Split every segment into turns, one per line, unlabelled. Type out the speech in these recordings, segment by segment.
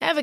Ever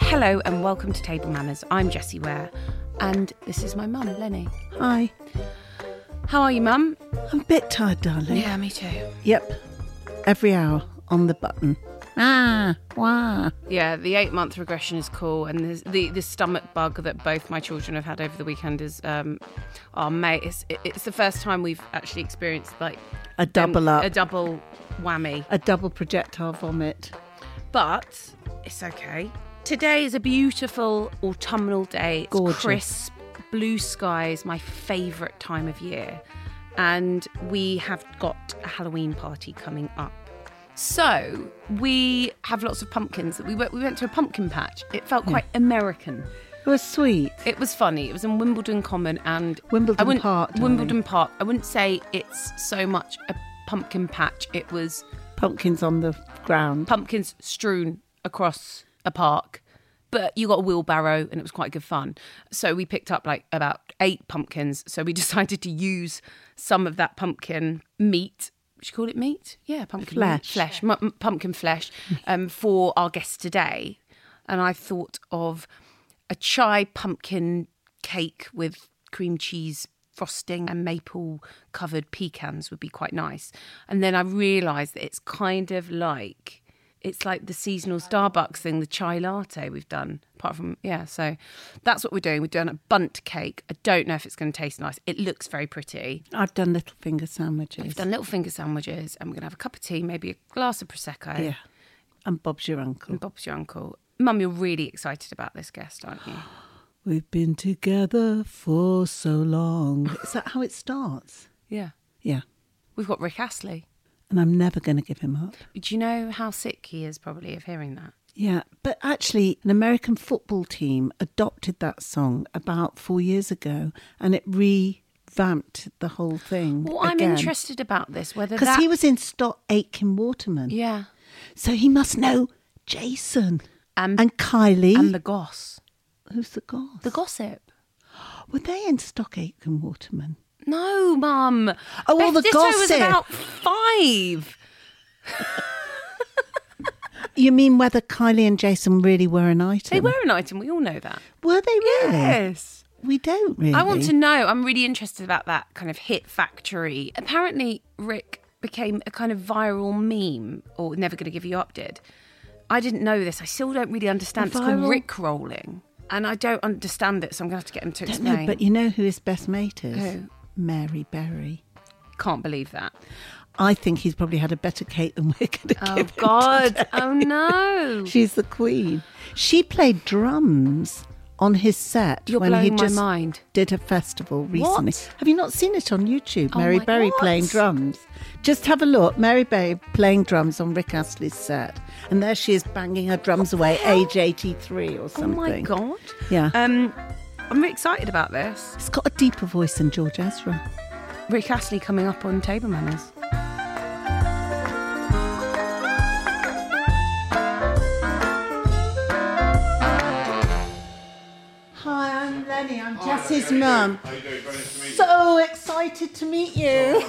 Hello and welcome to Table Manners. I'm Jessie Ware, and this is my mum, Lenny.
Hi.
How are you, mum?
I'm a bit tired, darling.
me too.
Yep. Every hour on the button. Ah, wah.
Yeah, the eight-month regression is cool, and there's the the stomach bug that both my children have had over the weekend is, um, oh mate, it's it- it's the first time we've actually experienced like
A double
um,
up.
a double whammy.
a double projectile vomit.
but it's okay. Today is a beautiful autumnal day. It's
Gorgeous.
crisp, blue skies, my favourite time of year. And we have got a Halloween party coming up. So we have lots of pumpkins. that We went, we went to a pumpkin patch. It felt quite American.
It was sweet.
It was funny. It was in Wimbledon Common and
Wimbledon
I wouldn't-
Park, darling.
Wimbledon Park. I wouldn't say it's so much a pumpkin patch. It was
Pumpkins on the ground.
pumpkins um, strewn across a park. But you got a wheelbarrow and it was quite good fun. So we picked up like about eight pumpkins. So we decided to use some of that pumpkin meat. Should we call it meat? Yeah, pumpkin meat.
Flesh.
Mm, flesh, mu- m- pumpkin flesh, um, for our guest today. And I thought of a chai pumpkin cake with cream cheese frosting and maple covered pecans would be quite nice. And then I realised that it's kind of like it's like the seasonal Starbucks thing, the chai latte we've done. Apart from yeah, so that's what we're doing. We're doing a bunt cake. I don't know if it's going to taste nice. It looks very pretty.
I've done little finger sandwiches.
We've done little finger sandwiches, and we're going to have a cup of tea, maybe a glass of prosecco.
yeah. And Bob's your uncle.
And Bob's your uncle. Mum, you're really excited about this guest, aren't you?
We've been together for so long. Is that how it starts?
yeah.
Yeah.
We've got Rick Astley.
And I'm never going to give him up.
Do you know how sick he is probably of hearing that?
Yeah, but actually, an American football team adopted that song about four years ago, and it revamped the whole thing.
Well, I'm interested about this. Whether
because
that,
he was in Stott Aitken Waterman,
yeah,
so he must know Jason
and
and Kylie.
and the goss,
Who's the goss?
the gossip.
Were they in Stott Aitken Waterman?
No, mum.
Oh, all
Beth
the
Ditto was
gossip.
about five.
You mean whether Kylie and Jason really were an item?
They were an item. We all know that.
Were they really?
Yes.
We don't really.
I want to know. I'm really interested about that kind of hit factory. Apparently, Rick became a kind of viral meme, or Never Gonna Give You Up did. I didn't know this. I still don't really understand. It's called
Viral?
Rick rolling, and I don't understand it. So I'm gonna have to get him to
Don't
explain.
know, but you know who his best mate is?
Who?
Mary Berry.
can't believe that.
I think he's probably had a better cake than we're going to
Oh
give. him.
God! Oh no!
She's the queen. She played drums on his set
You're
when he
blowing my
just
mind.
did a festival recently.
What?
Have you not seen it on YouTube?
Oh
Mary
my-
Berry
what?
playing drums. Just have a look. Mary Berry playing drums on Rick Astley's set, and there she is banging her drums away, age eighty-three or
Oh
something.
my God!
Yeah.
Um, I'm really excited about this.
It's got a deeper voice than George Ezra.
Rick Astley coming up on Table Manners.
Hi, I'm Lenny. I'm Jessie's mum. So excited to meet you.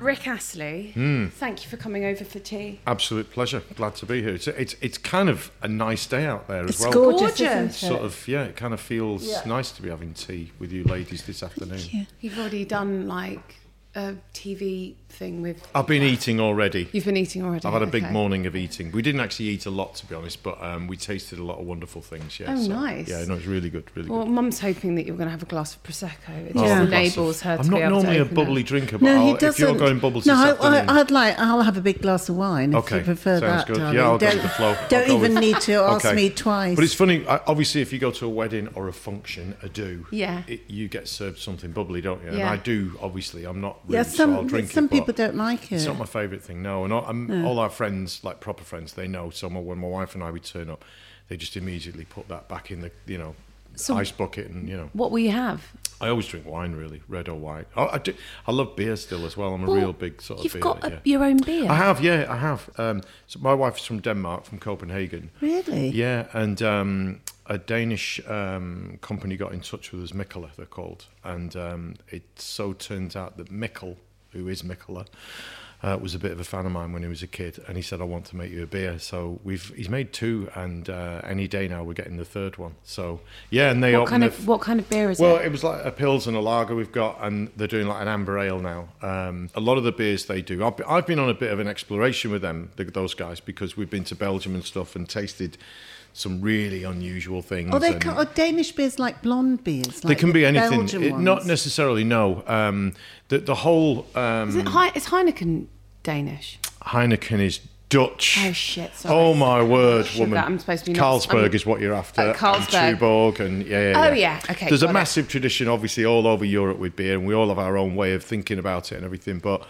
Rick Astley, Hmm. thank you for coming over for tea.
Absolute pleasure. Glad to be here. It's it's, it's kind of a nice day out there as
It's
well.
gorgeous,
Gorgeous.
isn't
Sort
it?
of yeah, it kind of feels nice to be having tea with you ladies this afternoon.
you.
You've already done like a TV
thing with.
I've been eating already.
You've been eating already.
I've had a big
okay.
morning of eating. We didn't actually eat a lot, to be honest, but um, we tasted a lot of wonderful things. Yeah.
Oh, nice.
Yeah, no, it's really good. Really
Well,
good.
Mum's hoping that you're going to have a glass of prosecco. It
Oh,
just
I've got
enables
some-
her to
I'm
be
not
able
normally
to
a
open
bubbly
it.
drinker, but
No, he
I'll- if
doesn't.
you're going bubbles
no,
this
I,
afternoon,
I, I'd like. I'll have a big glass of wine if
Okay,
you prefer
sounds
that.
good.
Darling.
Yeah, I'll go
don't
with the flow. I'll
don't
go with-
even need to ask
Okay.
me twice.
But it's funny. I- Obviously, if you go to a wedding or a function, a do,
Yeah.
it, you get served something bubbly, don't you? And
Yeah.
I do. Obviously, I'm not. Rude,
yeah,
so I'll
some
drink
some
it, but
people don't like it.
It's not my favourite thing. No, and all, i all our friends, like proper friends, they know. So my- when my wife and I would turn up, they just immediately put that back in the you know
So-
ice bucket, and you know.
What will you have?
I always drink wine, really, red or white. Oh, I, do, I love beer still as well. I'm a
Well,
real big sort of
You've
beer.
got a,
yeah.
your own beer.
I have, yeah, I have. Um, so my wife's from Denmark, from Copenhagen.
Really?
Yeah, and um, a Danish um, company got in touch with us, Mikkola, they're called. And um, it so turns out that Mikkel, who is Mikkola, uh, was a bit of a fan of mine when he was a kid, and he said, "I want to make you a beer." So we've he's made two, and uh, any day now we're getting the third one. So yeah, and they
what
open
kind
the
of what kind of beer is
well,
uh,
it?
it was like a pills and a lager we've got, and they're doing like an amber ale now. Um, a lot of the beers they do, I've, I've been on a bit of an exploration with them, the, those guys, because we've been to Belgium and stuff and tasted some really unusual things.
Or Oh, they
and-
can, or Danish beers like blonde beers.
they
like
can
the
be anything.
Belgian
It- not
ones.
necessarily. No, um, the the whole um,
Is it Hei- it's Heineken Danish.
Heineken is Dutch.
Oh, shit, sorry.
Oh my word,
Sugar,
woman!
I'm supposed to be nuts.
Carlsberg
I'm-
is what you're after.
Uh, Carlsberg.
and Tuborg, and yeah, yeah.
Oh, yeah, okay,
There's a
got it.
massive tradition, obviously, all over Europe with beer, and we all have our own way of thinking about it and everything, but.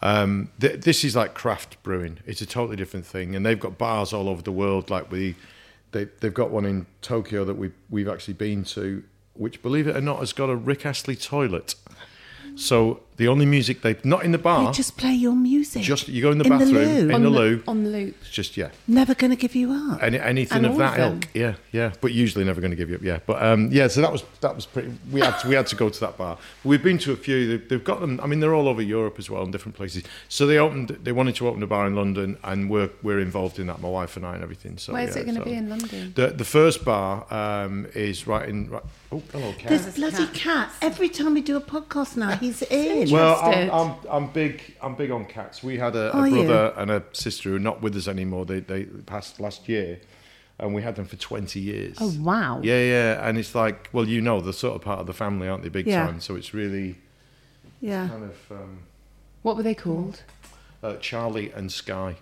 Um, th- this is like craft brewing. It's a totally different thing, and they've got bars all over the world. Like we, they, they've got one in Tokyo that we we've actually been to, which, believe it or not, has got a Rick Astley toilet. So the only music they not in the bar,
They just play your music.
just you go in the
in
bathroom
The loo.
in the loo.
on the loop.
It's just yeah,
Never going to give you up.
any, anything
And
of
all
that
of them.
ilk. Yeah, yeah. But usually never going to give you up. Yeah, but um, yeah. So that was that was pretty. We had to, we had to go to that bar. We've been to a few. They've, they've got them. I mean, they're all over Europe as well in different places. So they opened. They wanted to open a bar in London, and we're we're involved in that. My wife and I and everything. So
Where's
yeah,
it going to
so.
be in London?
The, the first bar um, is right in. Right, oh, hello, Karen.
This bloody cat. Every time we do a podcast now, he's in.
Well, I'm,
Interested.
I'm, I'm big. I'm big on cats. We had a,
Are
a
you?
brother and a sister who are not with us anymore. They they passed last year, and we had them for 20 years.
Oh, wow.
Yeah, yeah. And it's like, well, you know, they're sort of part of the family, aren't they? Big
Yeah.
time. So it's really
yeah.
kind of um,
What were they called?
uh, Charlie and Sky.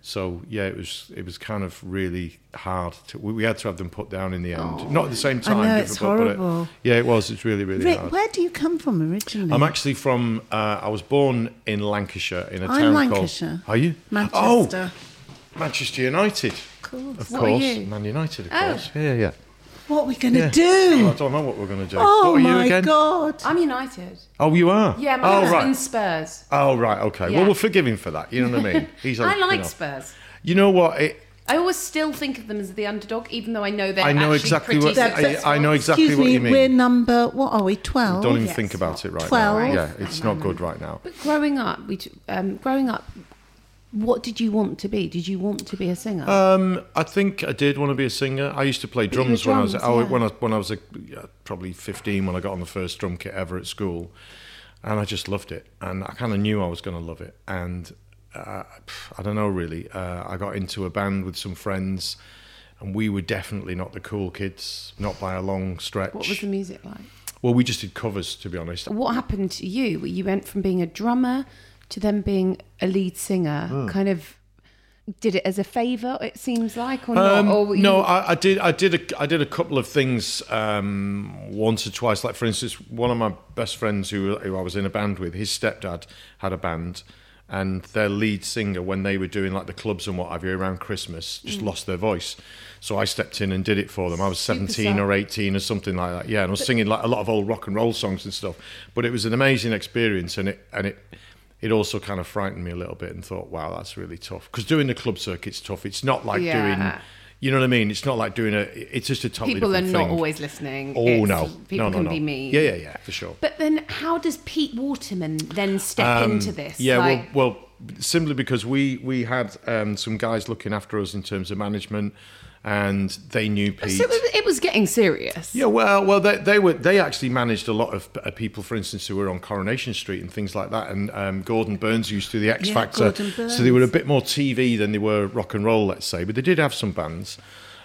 So yeah, it was it was kind of really hard. To, we, we had to have them put down in the end. Not at the same time.
Oh. know, it's
difficult, but it-
horrible.
yeah, it was. It's really really
Rick,
hard.
where do you come from originally?
I'm actually from. Uh, I was born in Lancashire in a
I'm
town
Lancashire.
called. Are you?
Manchester.
Oh, Manchester United. Of
course.
Of
What are
course.
you?
Man United, of
Oh.
course. Yeah, yeah.
What are we going to
yeah.
do?
I don't know what we're going to do.
Oh,
what are you
my
again?
God.
I'm United.
Oh, you are.
Yeah, my
oh,
husband's
right.
Spurs.
Oh, right. Okay.
Yeah.
Well, we'll forgive him for that. You know what I mean? He's. a-
I
you
like
know.
Spurs.
You know what? It,
I always still think of them as the underdog, even though I know they're
I know
actually
exactly
pretty
what. I,
successful.
I know exactly
Excuse
what
me,
you mean.
we're number, what are we, 12?
Don't even
Yes.
think about it right now.
Oh, Twelve.
Yeah, it's not good right now.
But growing up, we t- um, growing up, what did you want to be? Did you want to be a singer?
Um, I think I did want to be a singer. I used to play
you were
drums, when I was
drums,
oh,
yeah.
when I when I was like, yeah, probably fifteen when I got on the first drum kit ever at school, and I just loved it, and I kind of knew I was going to love it, and uh, pff, I don't know really. Uh, I got into a band with some friends, and we were definitely not the cool kids, not by a long stretch.
what was the music like?
well, we just did covers, to be honest.
What happened to you? You went from being a drummer to then being a lead singer.
Hmm.
Kind of did it as a favour. It seems like, or
Um,
not? Or were you-
no, I, I did. I did. A, I did a couple of things um, once or twice. Like for instance, one of my best friends who, who I was in a band with, his stepdad had a band, and their lead singer, when they were doing like the clubs and what have you around Christmas,
Mm.
just lost their voice. So I stepped in and did it for them. I was seventeen or eighteen or something like that. Yeah, and I was singing like a lot of old rock and roll songs and stuff. But it was an amazing experience, and it and it it also kind of frightened me a little bit and thought, wow, that's really tough. Because doing the club circuit's tough. It's not like doing,
Yeah.
you know what I mean? It's not like doing a, it's just a totally
people are
different
not
thing.
always listening.
Oh,
It's-
no.
people
no, no,
can
no.
be mean.
Yeah, yeah, yeah, for sure.
But then, how does Pete Waterman then step into this?
Um, Yeah,
like,
well, well, simply because we we had um, some guys looking after us in terms of management, and they knew Pete.
So it was, it was getting serious.
Yeah, well, well, they, they were they actually managed a lot of uh, people, for instance, who were on Coronation Street and things like that. And um, Gordon Burns used to do the X
Yeah,
Factor,
Gordon
so they were a
Burns.
bit more TV than they were rock and roll, let's say. But they did have some bands,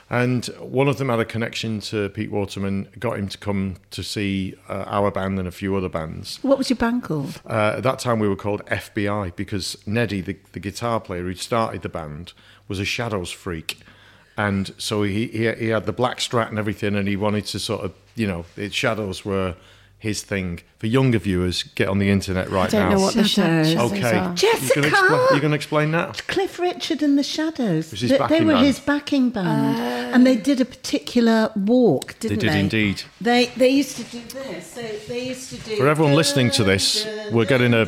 and one of them had a connection to Pete Waterman, got him to come to see uh, our band and a few other bands.
What was your band called?
Uh, at that time, we were called FBI because Neddy, the, the guitar player who started the band, was a Shadows freak. And so he, he, he had the black strat and everything, and he wanted to sort of, you know, it, Shadows were his thing. For younger viewers, get on the internet right
I don't
now.
know what the
Shadows.
shadows
okay.
are.
You're going
Jessica!
to explain that?
Cliff Richard and the Shadows.
was his
Th- they
backing
were
band.
his backing band, and they did a particular walk, didn't they?
did indeed.
They they used to do this. So they used to do.
For everyone listening to this, we're getting a.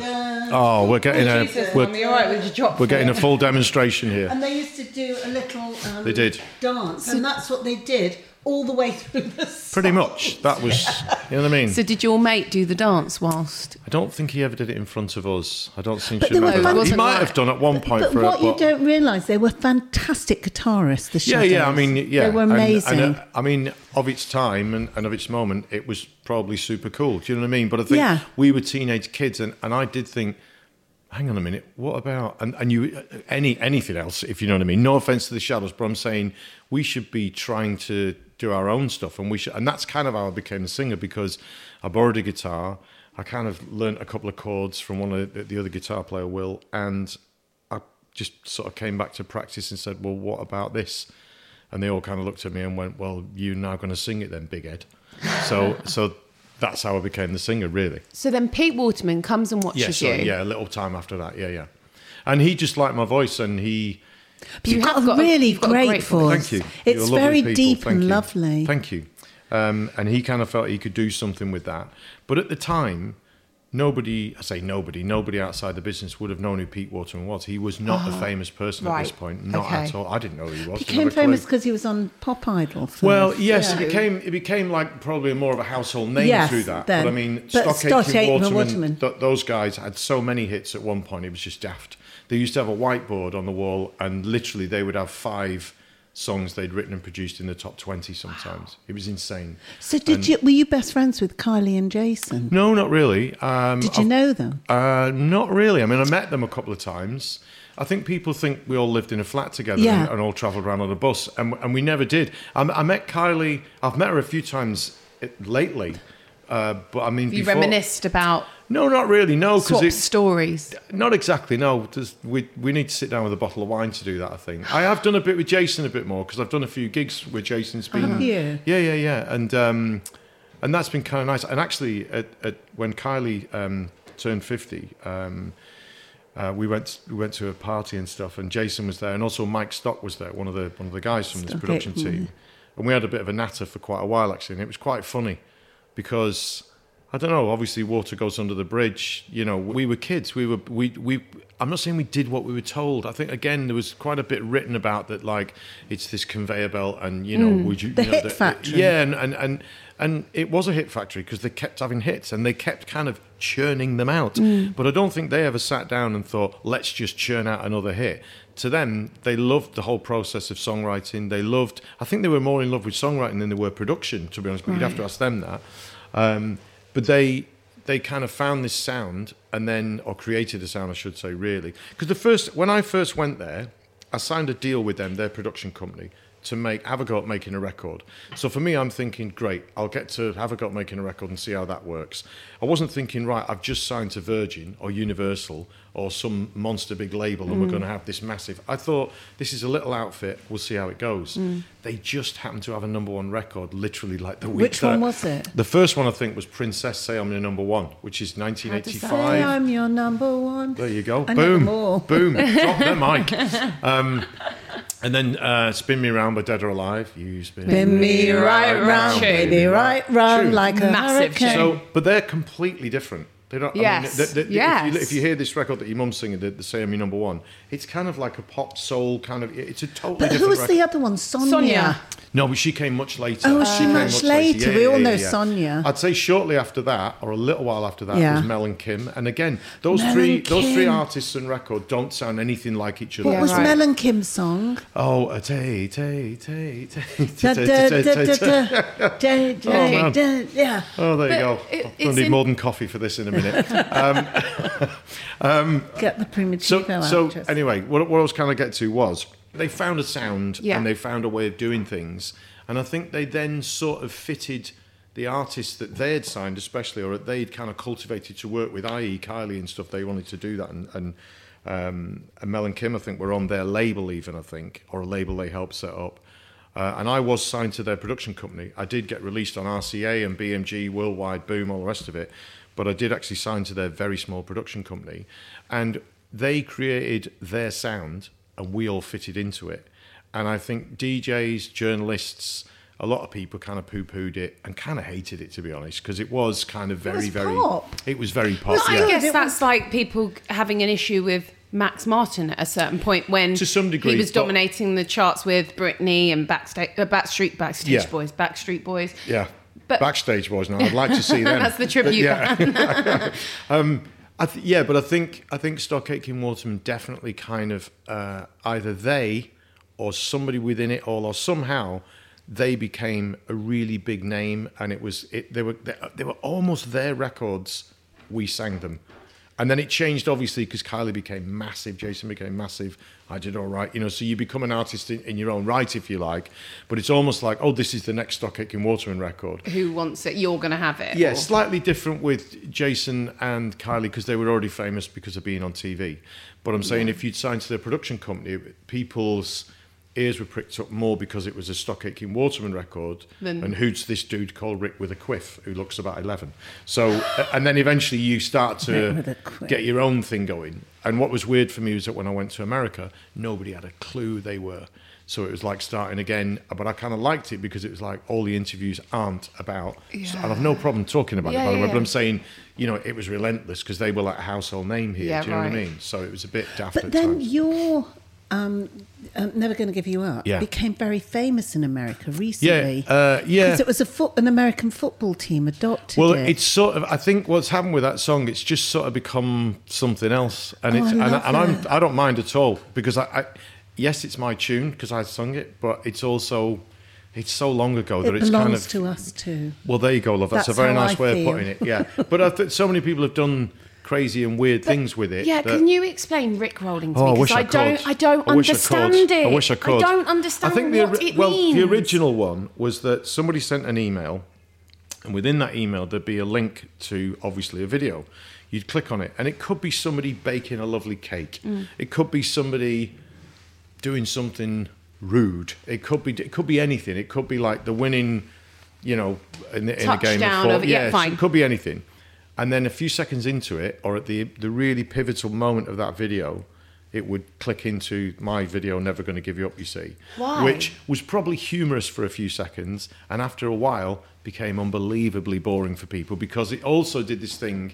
Oh, we're getting a. We're,
right with your drop.
we're getting a full demonstration here.
And they used to do a little. Um,
They did.
dance, and that's what they did all the way through the. song.
Pretty much. That was. You know what I mean?
So did your mate do the dance whilst?
I don't think he ever did it in front of us. I don't seem
But
to
there were
remember that.
fun-
He
Wasn't
might
right.
have done at one point
But
for
what
a,
you
but-
don't realise, they were fantastic guitarists. The
yeah,
Shadows.
yeah. I mean, yeah,
they were
and- and,
amazing.
uh, I mean, of its time and, and of its moment, it was probably super cool. Do you know what I mean? But I think
Yeah.
we were teenage kids, and, and I did think, hang on a minute, what about and and you any anything else? If you know what I mean. No offense to the Shadows, but I'm saying we should be trying to do our own stuff, and we should, and that's kind of how I became a singer because I borrowed a guitar. I kind of learnt a couple of chords from one of the, the other guitar player, Will, and I just sort of came back to practice and said, "Well, what about this?" And they all kind of looked at me and went, "Well, you're now going to sing it then, big head." So, so that's how I became the singer, really.
So then Pete Waterman comes and watches
Yeah, so,
you.
yeah, a little time after that, yeah, yeah. And he just liked my voice, and he.
But you've
You
got,
have got
a
a-
really
you've got a
great,
great
voice.
Thank you. You're
It's
lovely
very
people,
deep
thank
and
you.
lovely.
Thank you. Um, and he kind of felt he could do something with that, but at the time. Nobody, I say nobody, nobody outside the business would have known who Pete Waterman was. He was not a famous person at this
right.
point, not
Okay.
at all. I didn't know who he
Became
was. didn't have a clue.
famous because Ah, he was on Pop Idol. First.
Well, yes, it became it became like probably more of a household name
Yes,
through that.
then.
But I mean,
But
Stock
Stock
Aitken,
Aitken
Waterman,
Waterman.
th- those guys had so many hits at one point. It was just daft. They used to have a whiteboard on the wall, and literally they would have five songs they'd written and produced in the top twenty. Sometimes it was insane.
so did you? Were you best friends with Kylie and Jason?
No, not really. Um,
did you know them?
uh, not really. I mean, I met them a couple of times. I think people think we all lived in a flat together
Yeah.
and, and all travelled around on a bus, and, and we never did. I, I met Kylie. I've met her a few times eh, lately, uh, but I mean,
You
before,
reminisced about
No, not really. No,
swap
because
stories.
not exactly. No, Just- we we need to sit down with a bottle of wine to do that. I think I have done a bit with Jason a bit more because I've done a few gigs where Jason's been.
Have you?
Yeah, yeah, yeah, and um, and that's been kind of nice. And actually, at, at when Kylie um, turned fifty, um, uh, we went we went to a party and stuff, and Jason was there, and also Mike Stock was there, one of the one of the guys from this
Stock
production
Aitken.
team, and we had a bit of a natter for quite a while actually, and it was quite funny because I don't know, obviously water goes under the bridge. You know, we were kids, we were we we. I'm not saying we did what we were told. I think again there was quite a bit written about that, like it's this conveyor belt, and you know, would you
The
you know,
hit factory.
Yeah, and and and, and it was a hit factory because they kept having hits and they kept kind of churning them out.
Mm.
But I don't think they ever sat down and thought, let's just churn out another hit. To them, they loved the whole process of songwriting. They loved. I think they were more in love with songwriting than they were production. To be honest, but you'd have to ask them that. Um, but they they kind of found this sound and then or created a sound, I should say, really. Because the first when I first went there, I signed a deal with them, their production company, to make have a go at making a record. So for me, I'm thinking, great, I'll get to have a go at making a record and see how that works. I wasn't thinking, right, I've just signed to Virgin or Universal or some monster big label and we're
Mm.
going to have this massive. I thought, this is a little outfit, we'll see how it goes.
Mm.
They just happened to have a number one record literally like the week
Which one
that-
was it?
the first one I think was Princess Say I'm Your Number One, which is
Say
1985.
I'm your number one.
There you go.
I know
Boom.
them all.
Boom. Drop the mic. Um, and then uh, Spin Me Round by Dead or Alive. You spin,
Spin me right round,
baby,
baby, right round
True.
like a
Massive
hurricane.
So, but they're completely different. They don't.
Yes,
I mean, the- the- the- If,
yes.
you, if you hear this record that your mum's singing, the, the "Say I'm Your Number One," it's kind of like a pop soul kind of. It's a totally
But
different.
who was
record.
the other one? Sonia.
Sonia.
No, but she came much later.
Oh, she
came
much later. We all know Sonia.
I'd say shortly after that, or a little while after that,
Yeah.
was Mel and Kim. And again, those
Mel
three,
and
those three
Kim.
artists and record don't sound anything like each other.
What was
right.
Mel and Kim's song?
Oh, a tay, tay, tay, tay,
Da,
tay,
da,
tay,
da,
tay,
da,
tay,
da, da, da,
tay. Oh, man.
da, Yeah.
Oh, there you go.
But it-
I'm
it's
gonna need
in-
more than coffee for this in a minute.
Get the primitive
So, so
actress.
anyway, what, what I was kind of get to was they found a sound
Yeah.
and they found a way of doing things, and I think they then sort of fitted the artists that they had signed, especially or that they'd kind of cultivated to work with, i.e., Kylie and stuff. They wanted to do that, and and, um, and Mel and Kim, I think, were on their label even, I think, or a label they helped set up. Uh, and I was signed to their production company. I did get released on RCA and BMG, Worldwide, Boom, all the rest of it. But I did actually sign to their very small production company. And they created their sound and we all fitted into it. And I think DJs, journalists, a lot of people kind of poo pooed it and kind of hated it, to be honest, because it was kind of very,
was
very.
pop.
It was very pop.
I
yeah.
guess
It
that's like people having an issue with Max Martin at a certain point when
To some degree,
he was
but-
dominating the charts with Britney and Backsta- uh, Backstreet Backstreet
Yeah.
Boys, Backstreet Boys.
Yeah.
But-
Backstage boys now. I'd like to see them.
That's the tribute
But yeah. um, I th- yeah, but I think I think Stock Aitken Waterman definitely kind of uh, either they or somebody within it all or somehow they became a really big name and it was it they were they, they were almost their records we sang them. And then it changed obviously because Kylie became massive, Jason became massive. I did all right, you know. So you become an artist in, in your own right, if you like. But it's almost like, oh, this is the next Stock Aitken Waterman record.
Who wants it? You're going to have it.
Yeah,
Or-
slightly different with Jason and Kylie because they were already famous because of being on TV. But I'm saying if you'd signed to their production company, people's ears were pricked up more because it was a Stock Aitken Waterman record. and who's this dude called Rick with a quiff who looks about 11? So, and then eventually you start
Rick with a
to
quiff.
get your own thing going. And what was weird for me was that when I went to America, nobody had a clue they were. So it was like starting again, but I kind of liked it because it was like all the interviews aren't about, and I've no problem talking about it, by the
yeah,
way, but
yeah.
I'm saying, you know, it was relentless because they were like a household name here.
Yeah,
do you know what I
right.
mean? So it was a bit daft
But
at
then
times.
your um, i never going to give you up.
Yeah.
Became very famous in America recently.
yeah, uh, yeah.
Because it was a fo- an American football team adopted
Well,
it.
it's sort of. I think what's happened with that song, it's just sort of become something else, and
Oh,
it's
I
and,
love
and I'm
that.
I don't mind at all because I, I yes, it's my tune because I sung it, but it's also it's so long ago that
it
it's
belongs
kind of
to us too.
well, there you go, love. That's,
That's
a very
how
nice
I
way
feel.
of putting it. Yeah, but I th- so many people have done crazy and weird things with it.
Yeah,
that-
can you explain Rick rolling to
Oh, I
me?
wish
Because
I,
I,
could.
don't, I don't
wish
understand
I could.
it.
I wish I could.
don't understand
I think the,
what
ori-
it
well,
means.
the original one was that somebody sent an email, and within that email there'd be a link to obviously a video. You'd click on it, and it could be somebody baking a lovely cake.
Mm.
It could be somebody doing something rude. It could be it could be anything. It could be like the winning, you know, in, the- in a game
Touchdown
of football.
of- yeah, fine.
it could be anything. And then a few seconds into it, or at the the really pivotal moment of that video, it would click into my video, "Never Going to Give You Up." You see,
Why?
which was probably humorous for a few seconds, and after a while became unbelievably boring for people because it also did this thing.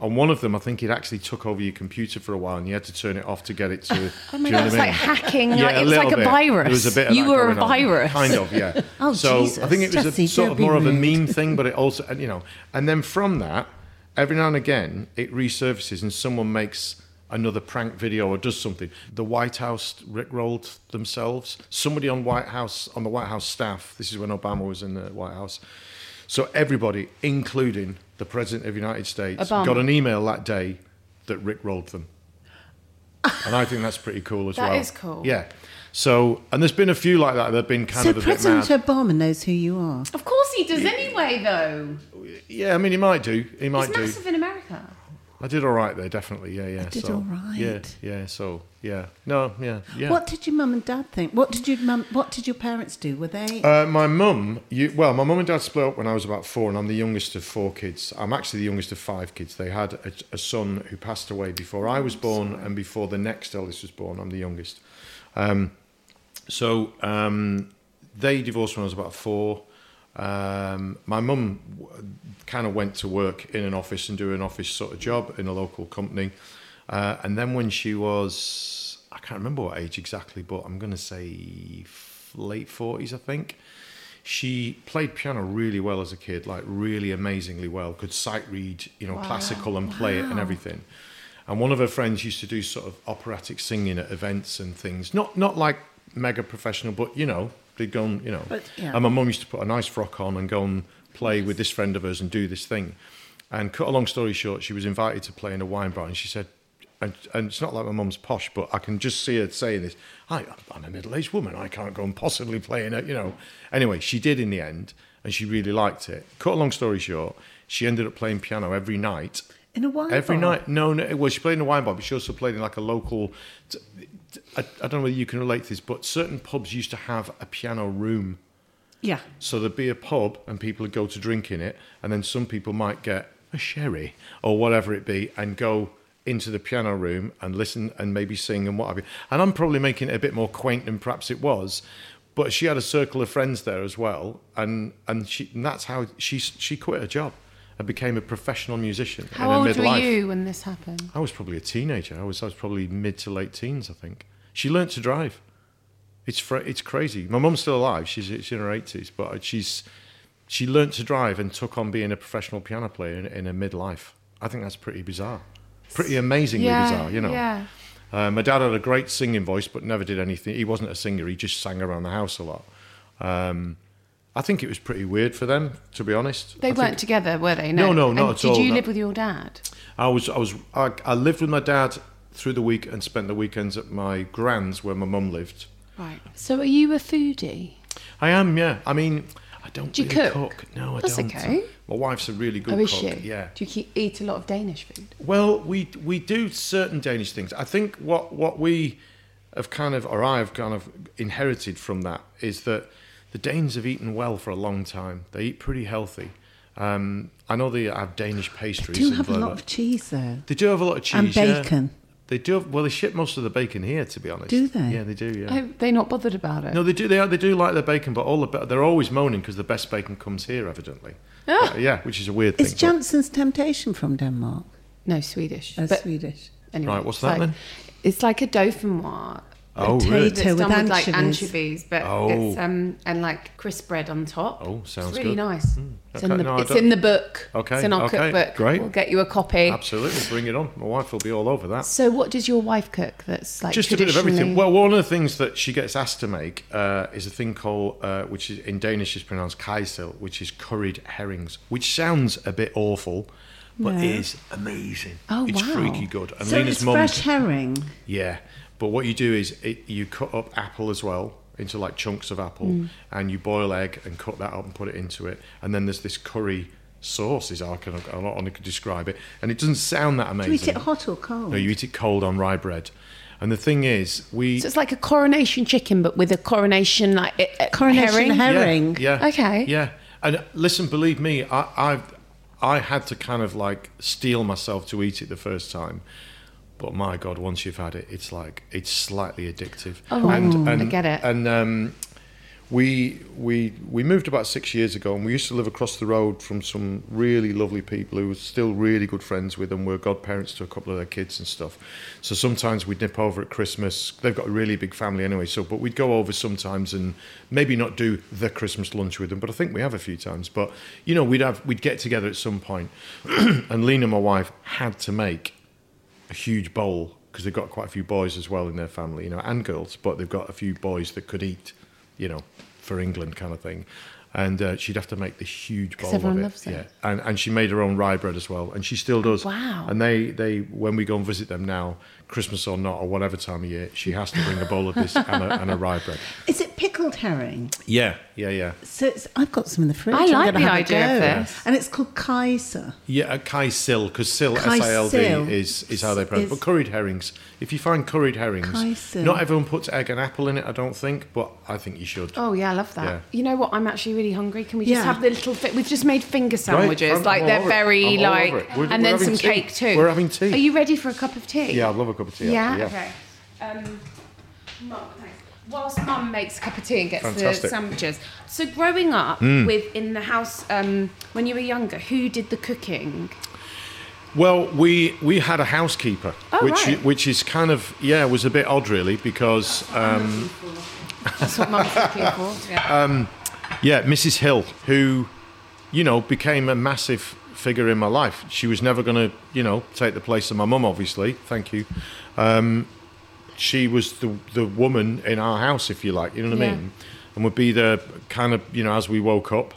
On one of them, I think it actually took over your computer for a while, and you had to turn it off to get it to.
Oh my
do you know
God,
what
it's
I
like
mean?
hacking.
Yeah,
like,
a
it's like a
little bit.
virus.
There was a bit of
you
that
were a
going on.
virus.
Kind of, yeah.
Oh,
so
Jesus,
I think it was
Jesse,
a sort
don't
of
be
more of a
rude.
meme thing, but it also, and, you know, and then from that, every now and again, it resurfaces and someone makes another prank video or does something. The White House rickrolled themselves. Somebody on White House, on the White House staff, this is when Obama was in the White House. So everybody, including the President of the United States,
Obama.
got an email that day that rickrolled them. And I think that's pretty cool as
That
well.
is cool.
Yeah. So, and there's been a few like that. They've been kind
So
of a bit
President
mad.
Obama knows who you are.
Of course he does anyway, though.
yeah, I mean, he might do. He might
It's
do.
massive in America.
I did all right there, definitely. Yeah, yeah.
did
so,
all right.
Yeah, yeah. So, yeah. No, yeah, yeah.
What did your mum and dad think? What did your mum? What did your parents do? Were they?
Uh, my mum, you, well, my mum and dad split up when I was about four, and I'm the youngest of four kids. I'm actually the youngest of five kids. They had a, a son who passed away before I was born, and before the next eldest was born. I'm the youngest. Um, so um, they divorced when I was about four. Um, my mum kind of went to work in an office and do an office sort of job in a local company. Uh, and then when she was, I can't remember what age exactly, but I'm going to say f- late 40s, I think. She played piano really well as a kid, like really amazingly well. Could sight read, you know, classical and play it and everything. And one of her friends used to do sort of operatic singing at events and things. Not not like mega professional, but you know, they'd go and, you know.
But, yeah.
And my mum used to put a nice frock on and go and play with this friend of hers and do this thing. And cut a long story short, she was invited to play in a wine bar, and she said, and, and it's not like my mum's posh, but I can just see her saying this. I, I'm a middle-aged woman. I can't go and possibly play in it, you know. Anyway, she did in the end, and she really liked it. Cut a long story short, she ended up playing piano every night
In a wine
Every
bar?
night, no, no. Well, she played in a wine bar, but she also played in like a local. t- t- I, I don't know whether you can relate to this, but certain pubs used to have a piano room.
Yeah.
So there'd be a pub, and people would go to drink in it, and then some people might get a sherry or whatever it be, and go into the piano room and listen and maybe sing and what have you. And I'm probably making it a bit more quaint than perhaps it was, but she had a circle of friends there as well, and and she and that's how she she quit her job and became a professional musician
How
in her
old were
midlife.
you when this happened?
I was probably a teenager. I was I was probably mid to late teens. I think she learnt to drive. It's fr- it's crazy. My mum's still alive. She's she's in her eighties, but she's she learnt to drive and took on being a professional piano player in, in her midlife. I think that's pretty bizarre, pretty amazingly bizarre. You know.
Yeah.
Uh, my dad had a great singing voice, but never did anything. He wasn't a singer. He just sang around the house a lot. Um, I think it was pretty weird for them, to be honest.
They
I
weren't
think-
together, were they?
No, no,
And
not at
did
all,
you
no.
live with your dad?
I was I was I, I lived with my dad through the week and spent the weekends at my grand's where my mum lived.
Right. So are you a foodie?
I am, yeah. I mean, I don't
Do you
really
cook?
No, I
That's
don't.
okay.
My wife's a really good
oh, is
cook.
she?
Yeah.
Do you keep, eat a lot of Danish food?
Well, we we do certain Danish things. I think what what we have kind of or I have kind of inherited from that is that the Danes have eaten well for a long time. They eat pretty healthy. Um, I know they have Danish pastries.
Do you
and
have a
blah,
lot
blah.
of cheese though?
They do have a lot of
And
cheese yeah.
bacon.
They do. Have, well, they ship most of the bacon here, to be honest.
Do they?
Yeah, they do. Yeah.
Oh, they're not bothered about it.
No, they do. They, are, they do like their bacon, but all the be- they're always moaning because the best bacon comes here, evidently.
Ah.
Uh, yeah, which is a weird
Is
thing. but-
Jansen's Temptation from Denmark?
No, Swedish.
Uh,
But
Swedish.
anyway,
Right, what's
it's
that
like-
then?
It's like a dauphinoise.
oh, really?
potato
It's done
with
with like
anchovies.
anchovies, but
Oh.
it's um and like crisp bread on top.
Oh, sounds
it's really
good. Hmm,
nice. It's,
Okay,
in the,
no, I
it's
don't-
in the book.
Okay,
It's in our
okay,
cookbook.
great.
We'll get you a copy.
Absolutely, bring it on. My wife will be all over that.
So, what does your wife cook? That's like
Just a bit of everything. Well, one of the things that she gets asked to make uh, is a thing called, uh, which is in Danish is pronounced kaisel, which is curried herrings, which sounds a bit awful, but
No.
is amazing.
Oh,
it's
wow.
freaky good. And
So
Lena's
it's
mum-
fresh herring.
Yeah, but what you do is it, you cut up apple as well into like chunks of apple,
Mm.
and you boil egg and cut that up and put it into it, and then there's this curry sauce. Is how I can I'm not going to describe it, and it doesn't sound that
Do
amazing.
you eat it hot or cold?
No, you eat it cold on rye bread, and the thing is, we
so it's like a coronation chicken, but with a coronation like a, a
Coronation
herring.
herring.
Yeah,
herring.
Yeah,
Okay.
Yeah, and listen, believe me, I, I've I had to kind of like steel myself to eat it the first time. But my God, once you've had it, it's like it's slightly addictive.
Oh,
and,
I
and,
get it.
And um, we we we moved about six years ago, and we used to live across the road from some really lovely people who were still really good friends with, and were godparents to a couple of their kids and stuff. So sometimes we'd nip over at Christmas. They've got a really big family anyway, so but we'd go over sometimes and maybe not do the Christmas lunch with them, but I think we have a few times. But you know, we'd have we'd get together at some point, and Lena, my wife, had to make a huge bowl because they've got quite a few boys as well in their family, you know, and girls, but they've got a few boys that could eat, you know, for England kind of thing. And uh, she'd have to make the huge bowl of
everyone
it.
loves it. Oh,
Yeah, and and she made her own rye bread as well, and she still does.
Wow.
And they they when we go and visit them now, Christmas or not or whatever time of year, she has to bring a bowl of this and, a, and a rye bread.
Is it pickled herring?
Yeah, yeah, yeah,
So it's, I've got some in the fridge.
I
I'm gonna
like the
have a
idea of
go.
this.
And it's called Kaiser.
yeah. Kaisil, because sil S
Kaisil
I L D is is how they pronounce.
is-
it. But curried herrings. If you find curried herrings,
Kaisil.
not everyone puts egg and apple in it. I don't think, but I think you should.
Oh yeah, I love that.
Yeah.
You know what? I'm actually really hungry. Can we just
Yeah.
have the little? Fi- We've just made finger sandwiches.
I'm- I'm
like
all
they're
over it.
very
I'm all
like,
over it. We're-
and
we're
then some
having tea.
cake too.
We're having tea.
Are you ready for a cup of tea?
Yeah, I'd love a cup of tea.
Yeah.
actually,
Okay. Um, Mark, thanks. whilst mum makes a cup of tea and gets the
Fantastic. Hmm.
sandwiches. So growing up with in the house um, when you were younger, who did the cooking?
Well, we we had a housekeeper,
Oh,
which
right.
which is kind of yeah was a bit odd really because um,
That's what mum's looking for. Yeah.
yeah Mrs Hill who you know became a massive figure in my life. She was never going to you know take the place of my mum, obviously. Thank you. Um, she was the the woman in our house, if you like. You know what I
Yeah.
mean? And would be there kind of you know as we woke up,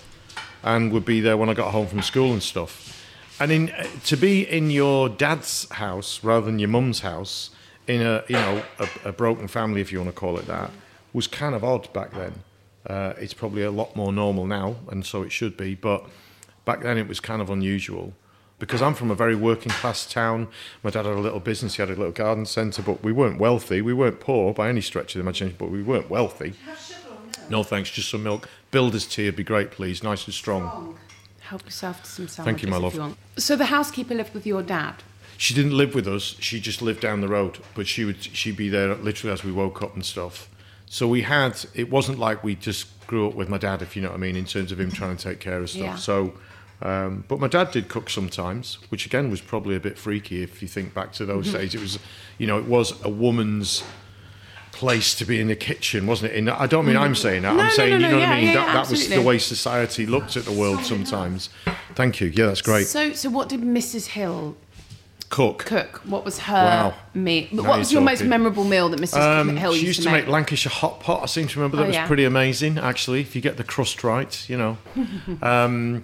and would be there when I got home from school and stuff. And in to be in your dad's house rather than your mum's house in a you know a, a broken family, if you want to call it that, was kind of odd back then. Uh, it's probably a lot more normal now, and so it should be. But back then it was kind of unusual because I'm from a very working class town. My dad had a little business, he had a little garden centre, but we weren't wealthy. We weren't poor by any stretch of the imagination, but we weren't wealthy. No thanks, just some milk. Builder's tea would be great, please. Nice and strong.
Help yourself to some sandwiches.
Thank you, my
if
love.
you want. So the housekeeper lived with your dad.
She didn't live with us. She just lived down the road, but she would she'd be there literally as we woke up and stuff. So we had it wasn't like we just grew up with my dad, if you know what I mean, in terms of him trying to take care of stuff.
Yeah.
So, um, but my dad did cook sometimes, which again was probably a bit freaky if you think back to
Mm-hmm.
those days. It was, you know, it was a woman's place to be in the kitchen, wasn't it? And I don't mean I'm saying that.
Mm-hmm. No,
I'm
no,
saying
no,
you know
no,
what I
yeah,
mean.
yeah,
that
yeah,
that was the
absolutely.
way society looked at the world sometimes. Thank you. Yeah, that's great.
So so what did Mrs Hill
cook.
cook? What was her
Wow.
meal? But
Now
what
you're
was your most
talking.
memorable meal that Mrs
Um,
Hill
she
used, to make?
Lancashire hot pot. I seem to remember that
Oh,
was
yeah.
pretty amazing, actually. If you get the crust right, you know. um,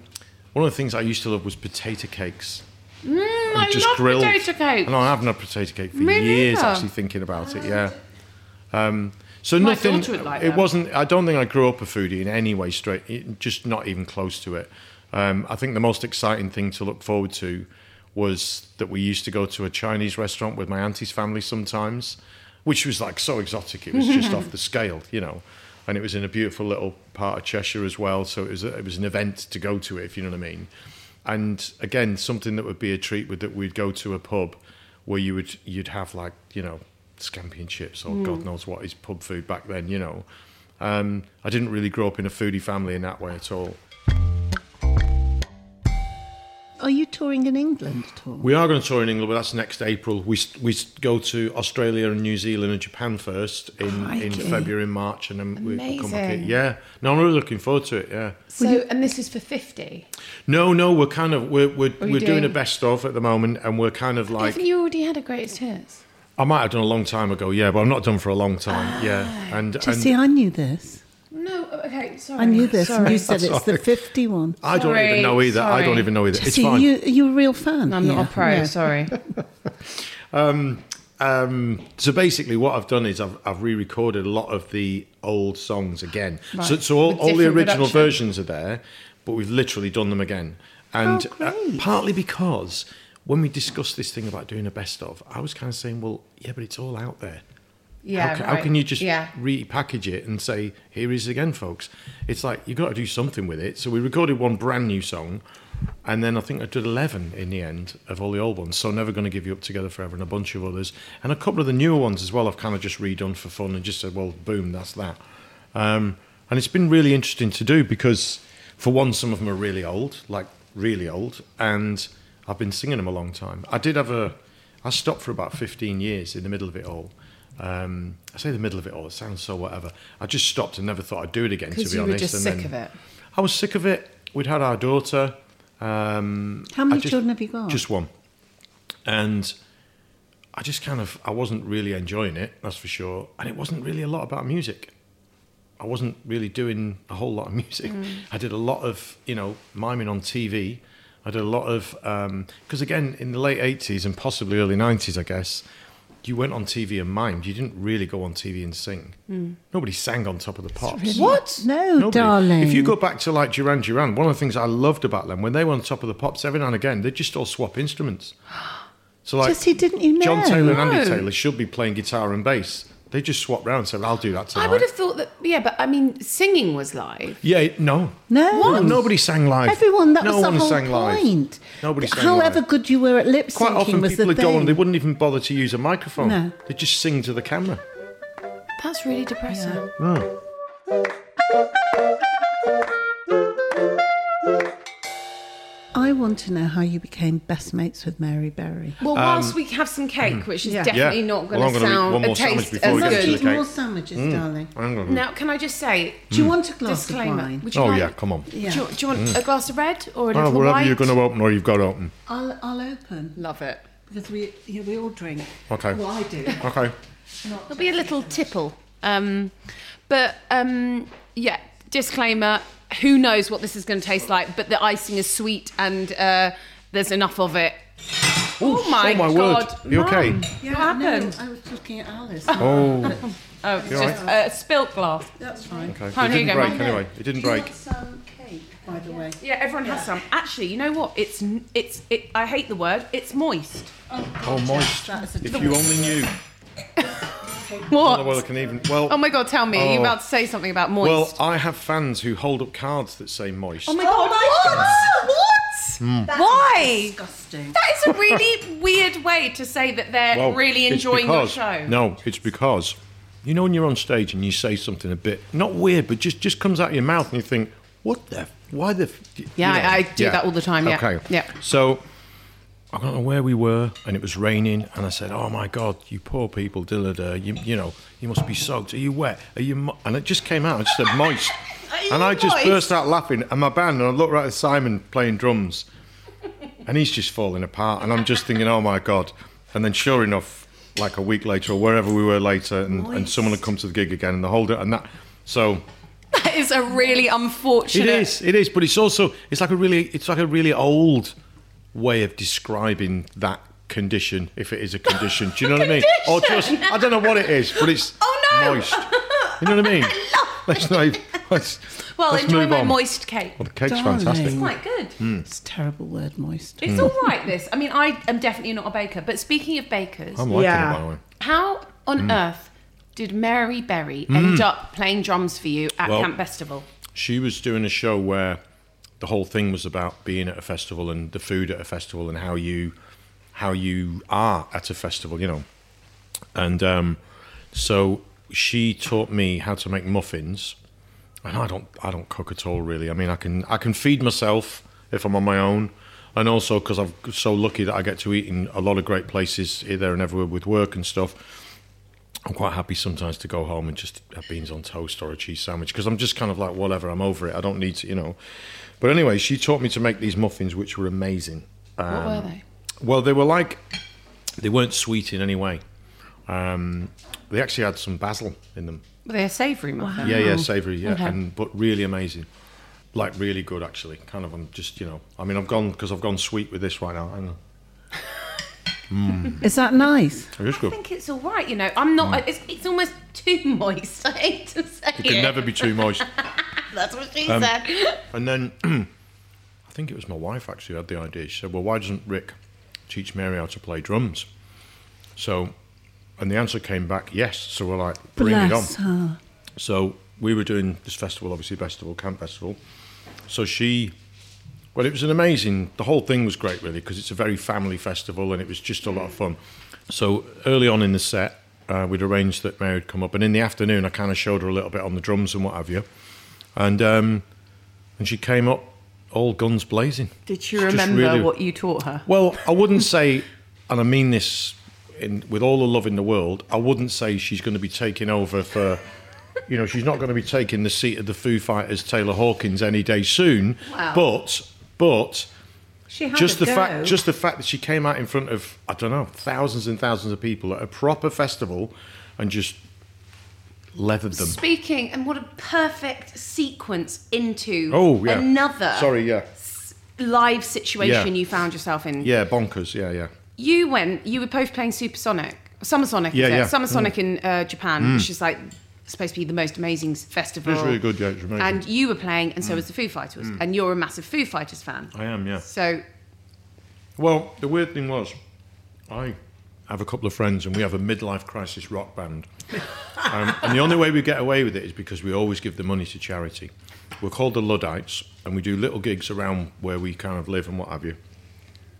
one of the things I used to love was potato cakes. Mm,
I love potato cakes.
And I haven't had potato cake for
Me
years.
neither.
Actually, thinking about it, yeah. Um, so
My
nothing.
daughter would like
it
them.
wasn't. I don't think I grew up a foodie in any way. Straight, it- just not even close to it. Um, I think the most exciting thing to look forward to was that we used to go to a Chinese restaurant with my auntie's family sometimes, which was like so exotic. It was just off the scale, you know. And it was in a beautiful little part of Cheshire as well, so it was a, it was an event to go to it, if you know what I mean. And again, something that would be a treat with that we'd go to a pub where you would you'd have like you know scampi and chips or
Hmm.
God knows what is pub food back then, you know. Um, I didn't really grow up in a foodie family in that way at all.
Are you touring in England at all?
We are going to tour in England, but that's next April. We s- we s- go to Australia and New Zealand and Japan first in, in
Crikey.
February and March, and then we we come back. Here.
Amazing.
Yeah, no, I'm really looking forward to it. Yeah,
So and this is for fifty.
no, no, we're kind of we're we're,
are you
we're doing a
doing?
best of at the moment, and we're kind of
I
like
think you already had a greatest hits.
I might have done a long time ago, yeah, but I'm not done for a long time,
Ah,
yeah. And,
Do you
and
see, I knew this.
No, okay, sorry.
I knew this, and
Sorry.
you said it's the 51.
I don't even
Sorry,
know either. I don't
sorry.
even know either. Uh, It's
See,
fine.
you, you're a real fan.
I'm
here.
not a pro.
No.
Sorry.
um, so basically, what I've done is I've, I've re-recorded a lot of the old songs again. So, so all,
With
all the
different
original
production.
versions are there, but we've literally done them again. And
Oh,
uh, partly because when we discussed this thing about doing a best of, I was kind of saying, well, yeah, but it's all out there.
Yeah.
how, ca-
right.
how can you just
Yeah.
repackage it and say, here it is again, folks? It's like, you've got to do something with it. So we recorded one brand new song, and then I think I did 11 in the end of all the old ones. So Never Gonna Give You Up Together Forever and a bunch of others. And a couple of the newer ones as well, I've kind of just redone for fun and just said, well, boom, that's that. Um, and it's been really interesting to do because, for one, some of them are really old, like really old, and I've been singing them a long time. I did have a, I stopped for about 15 years in the middle of it all. Um, I say the middle of it all, it sounds so whatever. I just stopped and never thought I'd do it again, to be
'Cause you were
honest.
just
and
sick
then-
of it.
I was sick of it. We'd had our daughter. Um,
How many
I just-
children have you got?
Just one. And I just kind of, I wasn't really enjoying it, that's for sure. And it wasn't really a lot about music. I wasn't really doing a whole lot of music. I did a lot of, you know, miming on TV. I did a lot of, because again, in the late 80s and possibly early 90s, I guess, you went on TV and mimed. You didn't really go on TV and sing. Nobody sang on top of the pops.
What? No,
Nobody.
Oh, darling.
If you go back to like Duran Duran, one of the things I loved about them when they were on top of the pops, every now and again they just all swap instruments. So like,
Just he didn't you know.
John Taylor and Andy
No.
Taylor should be playing guitar and bass. They just swap round and say, "I'll do that tonight."
I would have thought that. Yeah, but I mean, singing was live.
Yeah, no,
No. What?
nobody sang live.
Everyone, that
no
was the
one
whole
sang
point.
Live. Nobody sang
However
live.
good you were at lip syncing
Quite often
was
people
the
would go on;
thing.
they wouldn't even bother to use a microphone.
No.
They just sing to the camera. Oh,
That's really depressing.
I want to know how you became best mates with Mary Berry.
Well, whilst we have some cake, which is
Yeah.
definitely
Um, hmm. Yeah.
not
Well,
going
I'm
to
gonna eat
sound
one
and
more sandwich
taste
before
as
we get
Let's
to
good.
eat
the cake. Mm.
more sandwiches, darling.
Hang on.
Now, can I just say?
Do you want a glass
disclaimer?
of wine?
Would you
Oh
like,
yeah, come on.
Yeah.
Do you, do you want a glass of red or a
Oh,
little
whatever
white?
you're going to open or you've got to open.
I'll, I'll open
Love it.
because we yeah, we all drink.
Okay.
Well, I do.
Okay.
It'll be a little tipple. Um, but um, yeah, disclaimer who knows what this is going to taste like, but the icing is sweet and uh, there's enough of it. oh my,
oh my
god.
word. You okay?
Mum,
Yeah,
what
no,
happened?
I was looking at Alice.
Oh,
Oh, it's
You
just uh, spilt glass.
That's fine.
okay.
Oh,
it
here you
didn't
go,
break
Mum.
anyway. It didn't break.
some cake, by the way.
Yeah, everyone has some.
Actually, you know what? It's n- it's it. I hate the word. It's moist.
Oh, moist.
That is a
If you only knew. I don't know
What?
whether I can even. Well.
Oh my god! Tell me, are you
Oh.
about to say something about moist?
Well, I have fans who hold up cards that say moist.
oh my god!
Hmm.
What? What? Why?
disgusting.
That is a really weird way to say that they're
Well,
really
it's
enjoying your
because-
show.
No, it's because you know when you're on stage and you say something a bit not weird, but just just comes out of your mouth and you think, what the, f- why the? F-? you
Yeah, I-
know.
I do that all the time, yeah.
Okay.
Yeah.
So I don't know where we were, and it was raining, and I said, "Oh my God, you poor people, da You you know, you must be soaked. Are you wet? Are you?" Mo-? And it just came out. I just said, "Moist," and I just burst out laughing. And my band, and I looked right at Simon playing drums, and he's just falling apart. And I'm just thinking, "Oh my God!" And then, sure enough, like a week later or wherever we were later, and, and someone had come to the gig again, and the holder and that. So
That is a really unfortunate.
it is, it is, but it's also it's like a really it's like a really old way of describing that condition, if it is a condition. Do you know what I mean? Or just I don't know what it is, but it's
Oh, no.
moist. You know what I mean? let's not. even- Let's,
Well,
let's
enjoy
move
my
on.
moist cake.
Well, the cake's
Darling.
fantastic.
Quite good.
Hmm.
It's a terrible word, moist.
It's all right. This. I mean, I am definitely not a baker. But speaking of bakers,
I'm liking
Yeah.
it by the way.
how on
Hmm.
earth did Mary Berry end up playing drums for you at
Well-
Camp Festival?
she was doing a show where the whole thing was about being at a festival and the food at a festival and how you how you are at a festival, you know. And um, so she taught me how to make muffins, and I don't I don't cook at all really. I mean, I can I can feed myself if I'm on my own, and also because I'm so lucky that I get to eat in a lot of great places here, there, and everywhere with work and stuff. I'm quite happy sometimes to go home and just have beans on toast or a cheese sandwich because I'm just kind of like whatever. I'm over it. I don't need to, you know. But anyway, she taught me to make these muffins, which were amazing.
What
um,
were they?
Well, they were like they weren't sweet in any way. Um, they actually had some basil in them.
Were they a savoury muffin?
Yeah, yeah, savoury, yeah,
Okay.
and but really amazing, like really good actually. Kind of, I'm just you know, I mean, I've gone because I've gone sweet with this right now. Hang on, Mm.
Is that nice?
it is
I
good.
think it's all right. You know, I'm not. It's, it's almost too moist. I hate to say
Hmm. It
it.
can never be too moist.
That's what she
Um,
said.
And then I think it was my wife actually who had the idea. She said, "Well, why doesn't Rick teach Mary how to play drums?" So, and the answer came back yes. So we're like, "Bring
Bless
it on."
her.
So we were doing this festival, obviously festival camp festival. So she, well, it was an amazing. The whole thing was great, really, because it's a very family festival, and it was just a lot of fun. So early on in the set, uh, we'd arranged that Mary would come up, and in the afternoon, I kind of showed her a little bit on the drums and what have you, and um, and she came up all guns blazing.
Did she
She just
remember
really-
what you taught her?
Well, I wouldn't say, and I mean this in, with all the love in the world, I wouldn't say she's going to be taking over for, you know, she's not going to be taking the seat of the Foo Fighters Taylor Hawkins any day soon. But, but.
She had
Just
a
the
go.
fact, just the fact that she came out in front of I don't know thousands and thousands of people at a proper festival, and just leathered them.
Speaking, and what a perfect sequence into
Oh yeah,
another
Sorry, yeah,
live situation
Yeah.
you found yourself in.
yeah, bonkers, yeah, yeah.
You went, you were both playing Supersonic, Summersonic,
Yeah,
is it?
yeah. Mm.
Summersonic in uh, Japan, which is like supposed to be the most amazing s- festival.
really good, yeah, it's amazing. Mm.
And you were playing, and so was the Foo Fighters, and you're a massive Foo Fighters fan.
I am, yeah.
So
Well, the weird thing was, I have a couple of friends and we have a midlife crisis rock band. Um, and the only way we get away with it is because we always give the money to charity. We're called the Luddites and we do little gigs around where we kind of live and what have you.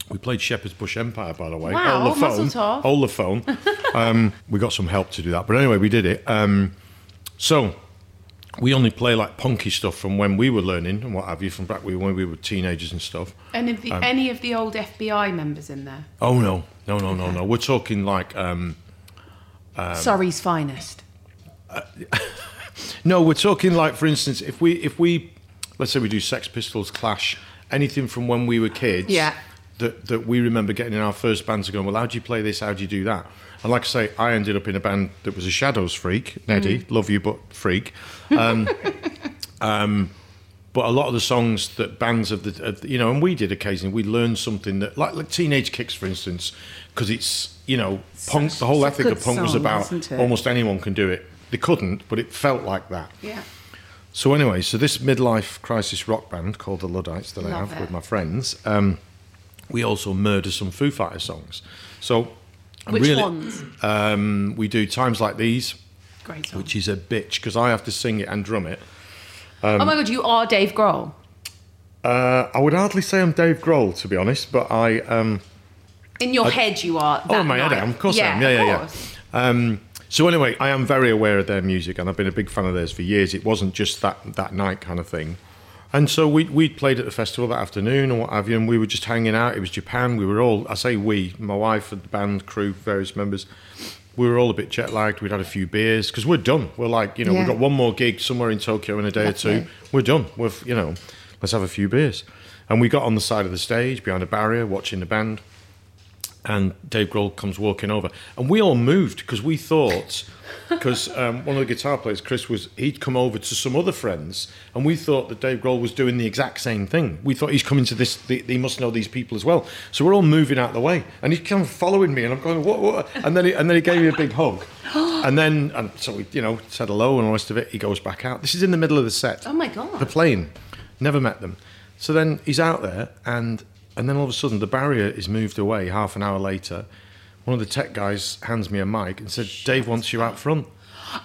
We played Shepherd's Bush Empire, by the way.
Wow,
hold the phone.
Musseltoff.
Hold the phone. um, we got some help to do that, but anyway, we did it. Um, so we only play like punky stuff from when we were learning and what have you, from back when we were teenagers and stuff.
Any of the
Um,
any of the old FBI members in there?
Oh no, no, no, no, no. We're talking like um,
Surrey's finest.
no, we're talking like for instance, if we if we let's say we do Sex Pistols, Clash, anything from when we were kids.
Yeah.
That, that we remember getting in our first bands and going, well, how do you play this? How do you do that? And like I say, I ended up in a band that was a Shadows freak, Neddy,
Mm.
love you but freak. Um, but a lot of the songs that bands of the of, the- you know and we did occasionally we learned something that like, like teenage kicks for instance because it's you know punk the whole
it's a
ethic of
good
punk was
song,
about
isn't it?
almost anyone can do it they couldn't but it felt like that
Yeah.
so anyway so this midlife crisis rock band called the luddites that i
Love
have
it.
with my friends um, we also murder some foo fighters songs so I'm
Which
really,
ones?
um, we do times like these
Great song.
which is a bitch because i have to sing it and drum it Um,
oh my god, you are Dave Grohl.
Uh, I would hardly say I'm Dave Grohl, to be honest, but I. Um,
In your head, you are.
oh,
that
in my head, I
night.
am. Of course I am. Yeah,
of
yeah,
course.
yeah. Um, so, anyway, I am very aware of their music and I've been a big fan of theirs for years. It wasn't just that, that night kind of thing. And so we, we'd played at the festival that afternoon and what have you, and we were just hanging out. It was Japan. We were all, I say we, my wife, and the band, crew, various members, we were all a bit jet lagged. We'd had a few beers because we're done. We're like, you know,
Yeah.
we've got one more gig somewhere in Tokyo in a day or two. We're done. We're, you know, let's have a few beers. And we got on the side of the stage behind a barrier watching the band and Dave Grohl comes walking over, and we all moved because we thought, because um, one of the guitar players, Chris, was he'd come over to some other friends, and we thought that Dave Grohl was doing the exact same thing. We thought he's coming to this; the, he must know these people as well. So we're all moving out of the way, and he's kind of following me, and I'm going, "What?" what? And then, he, and then he gave me a big hug, and then, and so we, you know, said hello and all the rest of it. He goes back out. This is in the middle of the set.
Oh my God.
The plane. Never met them. So then he's out there, and and then all of a sudden the barrier is moved away. Half an hour later, one of the tech guys hands me a mic and said, "Dave wants you out front."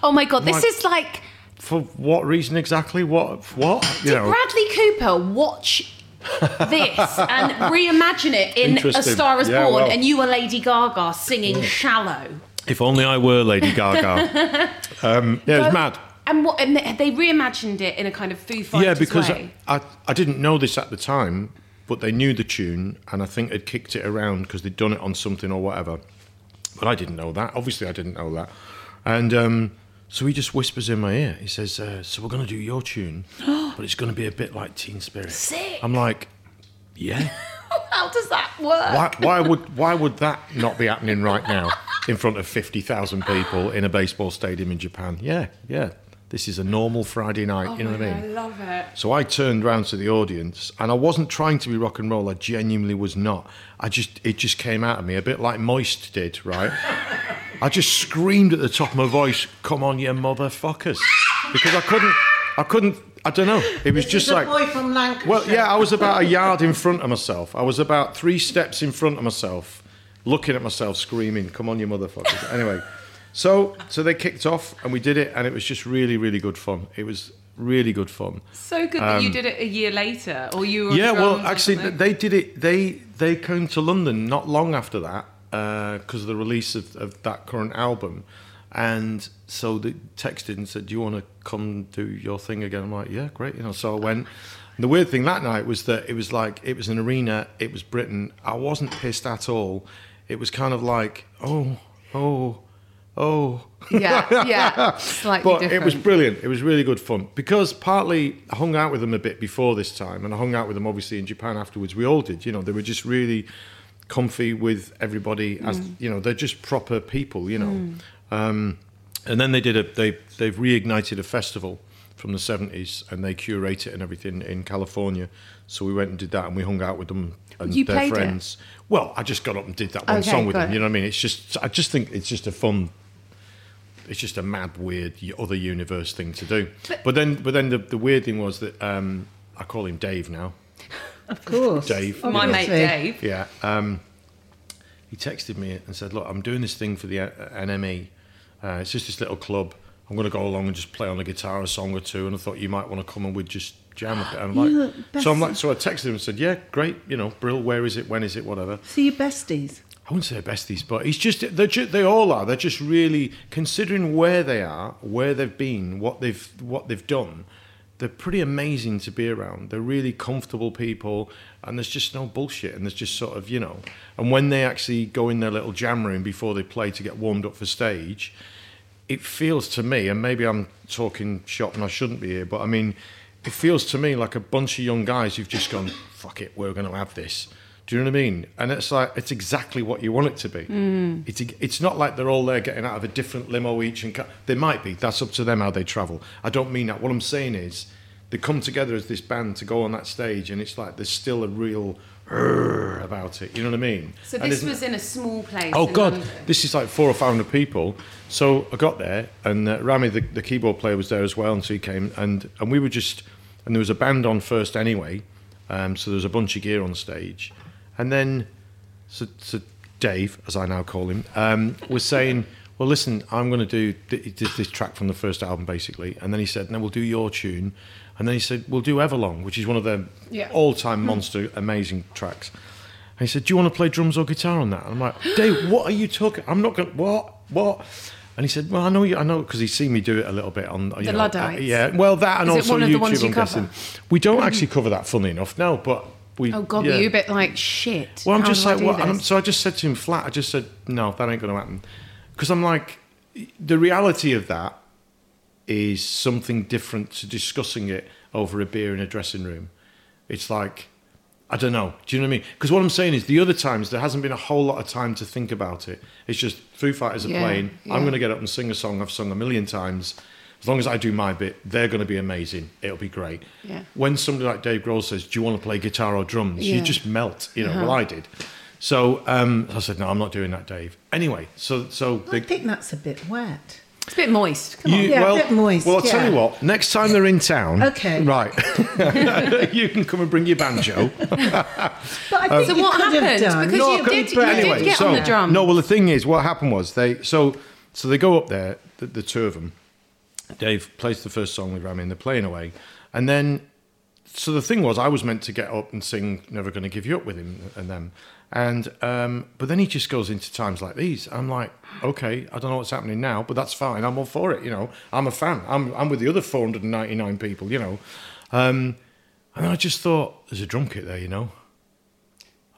Oh my god, this
My-
is like
For what reason exactly? What? What? You know.
Bradley Cooper. Watch this and reimagine it in A
Interesting.
Star Is
Yeah,
Born,
well.
and you were Lady Gaga singing "Shallow."
If only I were Lady Gaga. um, yeah, it was mad.
And what? And they they reimagined it in a kind of Foo Fighters
Yeah, because
way.
I, I I didn't know this at the time, but they knew the tune, and I think had kicked it around because they'd done it on something or whatever. But I didn't know that. Obviously, I didn't know that. And um, so he just whispers in my ear. He says, uh, "So we're going to do your tune, but it's going to be a bit like Teen Spirit."
Sick.
I'm like, "Yeah."
How does that work?
Why, why would why would that not be happening right now in front of fifty thousand people in a baseball stadium in Japan? Yeah, yeah. This is a normal Friday night.
Oh
you know what I mean?
love it.
So I turned round to the audience, and I wasn't trying to be rock and roll. I genuinely was not. I just it just came out of me a bit like Moist did, right? I just screamed at the top of my voice, "Come on, you motherfuckers!" Because I couldn't, I couldn't, I don't know. It was just
is a
like
boy from Lancashire.
Well, yeah, I was about a yard in front of myself. I was about three steps in front of myself, looking at myself, screaming, "Come on, you motherfuckers!" Anyway. So, so they kicked off and we did it, and it was just really, really good fun. It was really good fun.
So good that you did it a year later, or you. Were
Um, Yeah,
on
well,
drums or
actually, th-
something.
they did it. They they came to London not long after that because of the release of, of that current album, and so they texted and said, "Do you want to come do your thing again?" I'm like, "Yeah, great." You know, so I went. And the weird thing that night was that it was like it was an arena. It was Britain. I wasn't pissed at all. It was kind of like, oh, oh, oh.
yeah, yeah, slightly
but
different.
it was brilliant. It was really good fun because partly I hung out with them a bit before this time, and I hung out with them obviously in Japan afterwards. We all did. You know, they were just really comfy with everybody. As
Mm.
you know, they're just proper people. You know, um, and then they did a they they've reignited a festival from the seventies, and they curate it and everything in California. So we went and did that, and we hung out with them and
You
their
played it?
friends. Well, I just got up and did that one
Okay,
song with
got
them.
it.
You know what I mean? It's just I just think it's just a fun it's just a mad, weird y- other universe thing to do. But, then, but then the, the weird thing was that um, I call him Dave now.
Of course.
Dave,
Oh,
you
my
know.
mate Dave.
Yeah. Um, he texted me and said, "Look, I'm doing this thing for the uh, NME. Uh, it's just this little club. I'm going to go along and just play on a guitar, a song or two. And I thought you might want to come and we'd just jam a bit. And
You
I'm
were
like, so I'm
best-
like, so I texted him and said, yeah, great, you know, Brill, where is it, when is it, whatever.
So your besties.
I wouldn't say besties, but he's just they're ju- they all are. They're just really considering where they are, where they've been, what they've what they've done. They're pretty amazing to be around. They're really comfortable people, and there's just no bullshit. And there's just sort of you know. And when they actually go in their little jam room before they play to get warmed up for stage, it feels to me, and maybe I'm talking shop and I shouldn't be here, but I mean, it feels to me like a bunch of young guys who've just gone, fuck it, we're going to have this. Do you know what I mean? And it's like, it's exactly what you want it to be.
Mm.
It's, it's not like they're all there getting out of a different limo each. and ca- They might be. That's up to them how they travel. I don't mean that. What I'm saying is, they come together as this band to go on that stage, and it's like there's still a real "Urgh" about it. You know what I mean?
So
And
this
isn't-
was in a small place.
Oh
in
God,
London.
this is like four or five hundred people. So I got there, and uh, Rami, the, the keyboard player, was there as well, and so he came, and and we were just, and there was a band on first anyway, um, so there was a bunch of gear on stage, and then, so, so Dave, as I now call him, um, was saying. Well, listen, I'm going to do th- this, this track from the first album, basically. And then he said, no, we'll do your tune. And then he said, we'll do Everlong, which is one of their
Yeah.
all-time monster, amazing tracks. And he said, "Do you want to play drums or guitar on that?" And I'm like, "Dave, what are you talking? I'm not going. to What? What?" And he said, "Well, I know you. I know because he's seen me do it a little bit on you
The
know, uh,
Luddites.
yeah, well, that and
Is it
also
one of
YouTube.
the ones you
I'm
cover? Hmm.
guessing we don't actually cover that. Funny enough, no, but we.
Oh God,
yeah.
were you a bit like shit?
Well, I'm
How
just
do I
like,
do
what? And I'm,
this?
so I just said to him flat, I just said, no, that ain't going to happen. Because I'm like, the reality of that is something different to discussing it over a beer in a dressing room. It's like, I don't know. Do you know what I mean? Because what I'm saying is, the other times there hasn't been a whole lot of time to think about it. It's just Foo Fighters are
Yeah,
playing.
yeah.
I'm going to get up and sing a song I've sung a million times. As long as I do my bit, they're going to be amazing. It'll be great.
Yeah.
When somebody like Dave Grohl says, "Do you want to play guitar or drums?"
Yeah.
You just melt. You know, well, I did. So um, I said, "No, I'm not doing that, Dave." Anyway, so so
I think that's a bit wet.
it's a bit moist. Come
you,
Yeah, a
well,
bit moist,
well, I'll tell
yeah.
you what. Next time they're in town,
Okay.
right, you can come and bring your banjo.
But I think
So
you
what
could have
happened?
done-
Because
No,
you
I couldn't-
did-
but
you did
anyway,
get
so,
on the drums.
No, well, the thing is, what happened was they so so they go up there, the, the two of them. Dave plays the first song with Rami, and they're playing away, and then so the thing was, I was meant to get up and sing "Never Gonna Give You Up" with him and them, and um, but then he just goes into times like these. I'm like, okay, I don't know what's happening now, but that's fine. I'm all for it. You know, I'm a fan. I'm I'm with the other 499 people. You know, um, and I just thought, there's a drum kit there. You know,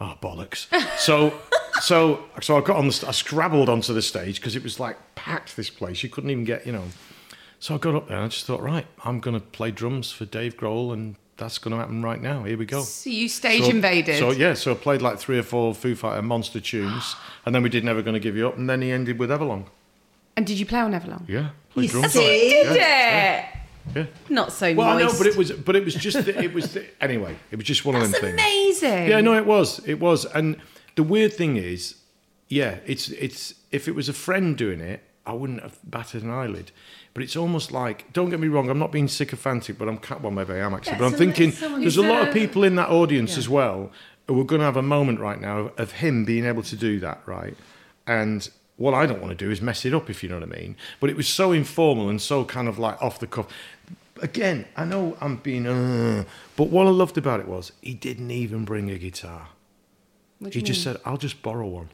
oh bollocks. So. So, so I got on the, st- I scrabbled onto the stage because it was like packed this place. You couldn't even get, you know. So I got up there and I just thought, right, I'm going to play drums for Dave Grohl, and that's going to happen right now. Here we go.
So you stage
So-
invaded.
So yeah, so I played like three or four Foo Fighter monster tunes, and then we did Never Gonna Give You Up, and then he ended with Everlong.
and did you play on Everlong?
Yeah, played
You
drums.
see?
on it.
Did it?
Yeah.
Not so
Well, I
moist.
know, but it was, but it was just, the, it was the, anyway, it was just one of
That's
them things.
amazing.
Yeah, no, it was. It was. And the weird thing is, yeah, it's it's if it was a friend doing it, I wouldn't have batted an eyelid. But it's almost like, don't get me wrong, I'm not being sycophantic, but I'm ca- well, maybe I am actually.
Yeah,
but I'm
so
thinking
it's someone
there's a
who's
lot of
a-
people in that audience as well who are going to have a moment right now of, of him being able to do that, right? And what I don't want to do is mess it up, if you know what I mean. But it was so informal and so kind of like off the cuff. Again, I know I'm being, uh, but what I loved about it was he didn't even bring a guitar. He just said, I'll just borrow one.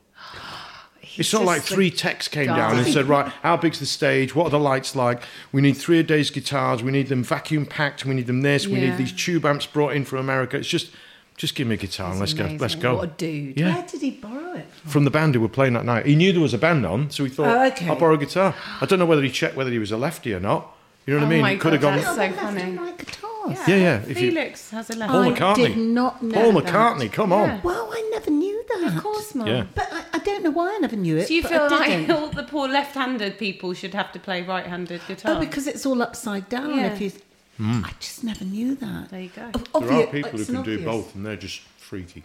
It's not like three texts came down and said, right, how big's the stage? What are the lights like? We need three a day's guitars. We need them vacuum packed. We need them this. We
Yeah.
need these tube amps brought in from America. It's just, just give me a guitar and let's go. Let's go.
What a dude.
Yeah.
Where did he borrow it? from?
From the band who were playing that night. He knew there was a band on, so he thought,
Oh, okay.
I'll borrow a guitar. I don't know whether he checked whether he was a lefty or not. You know what
Oh
I mean?
my
He could have
God,
gone,
that's-
They left
So funny.
him like guitars.
yeah, yeah. If you,
Felix has a
Paul
laugh.
I
McCartney.
did not know
Paul
that.
McCartney, come on.
Well, I never knew that.
Of course, Mum.
Yeah.
But I, I don't know why I never knew it.
Do you
but
feel
I
like
didn't.
all the poor left-handed people should have to play right-handed guitar?
Oh, because it's all upside down.
Yeah.
If you, I just never knew that.
there you go.
Hmm. There are people who can do both, and they're just freaky.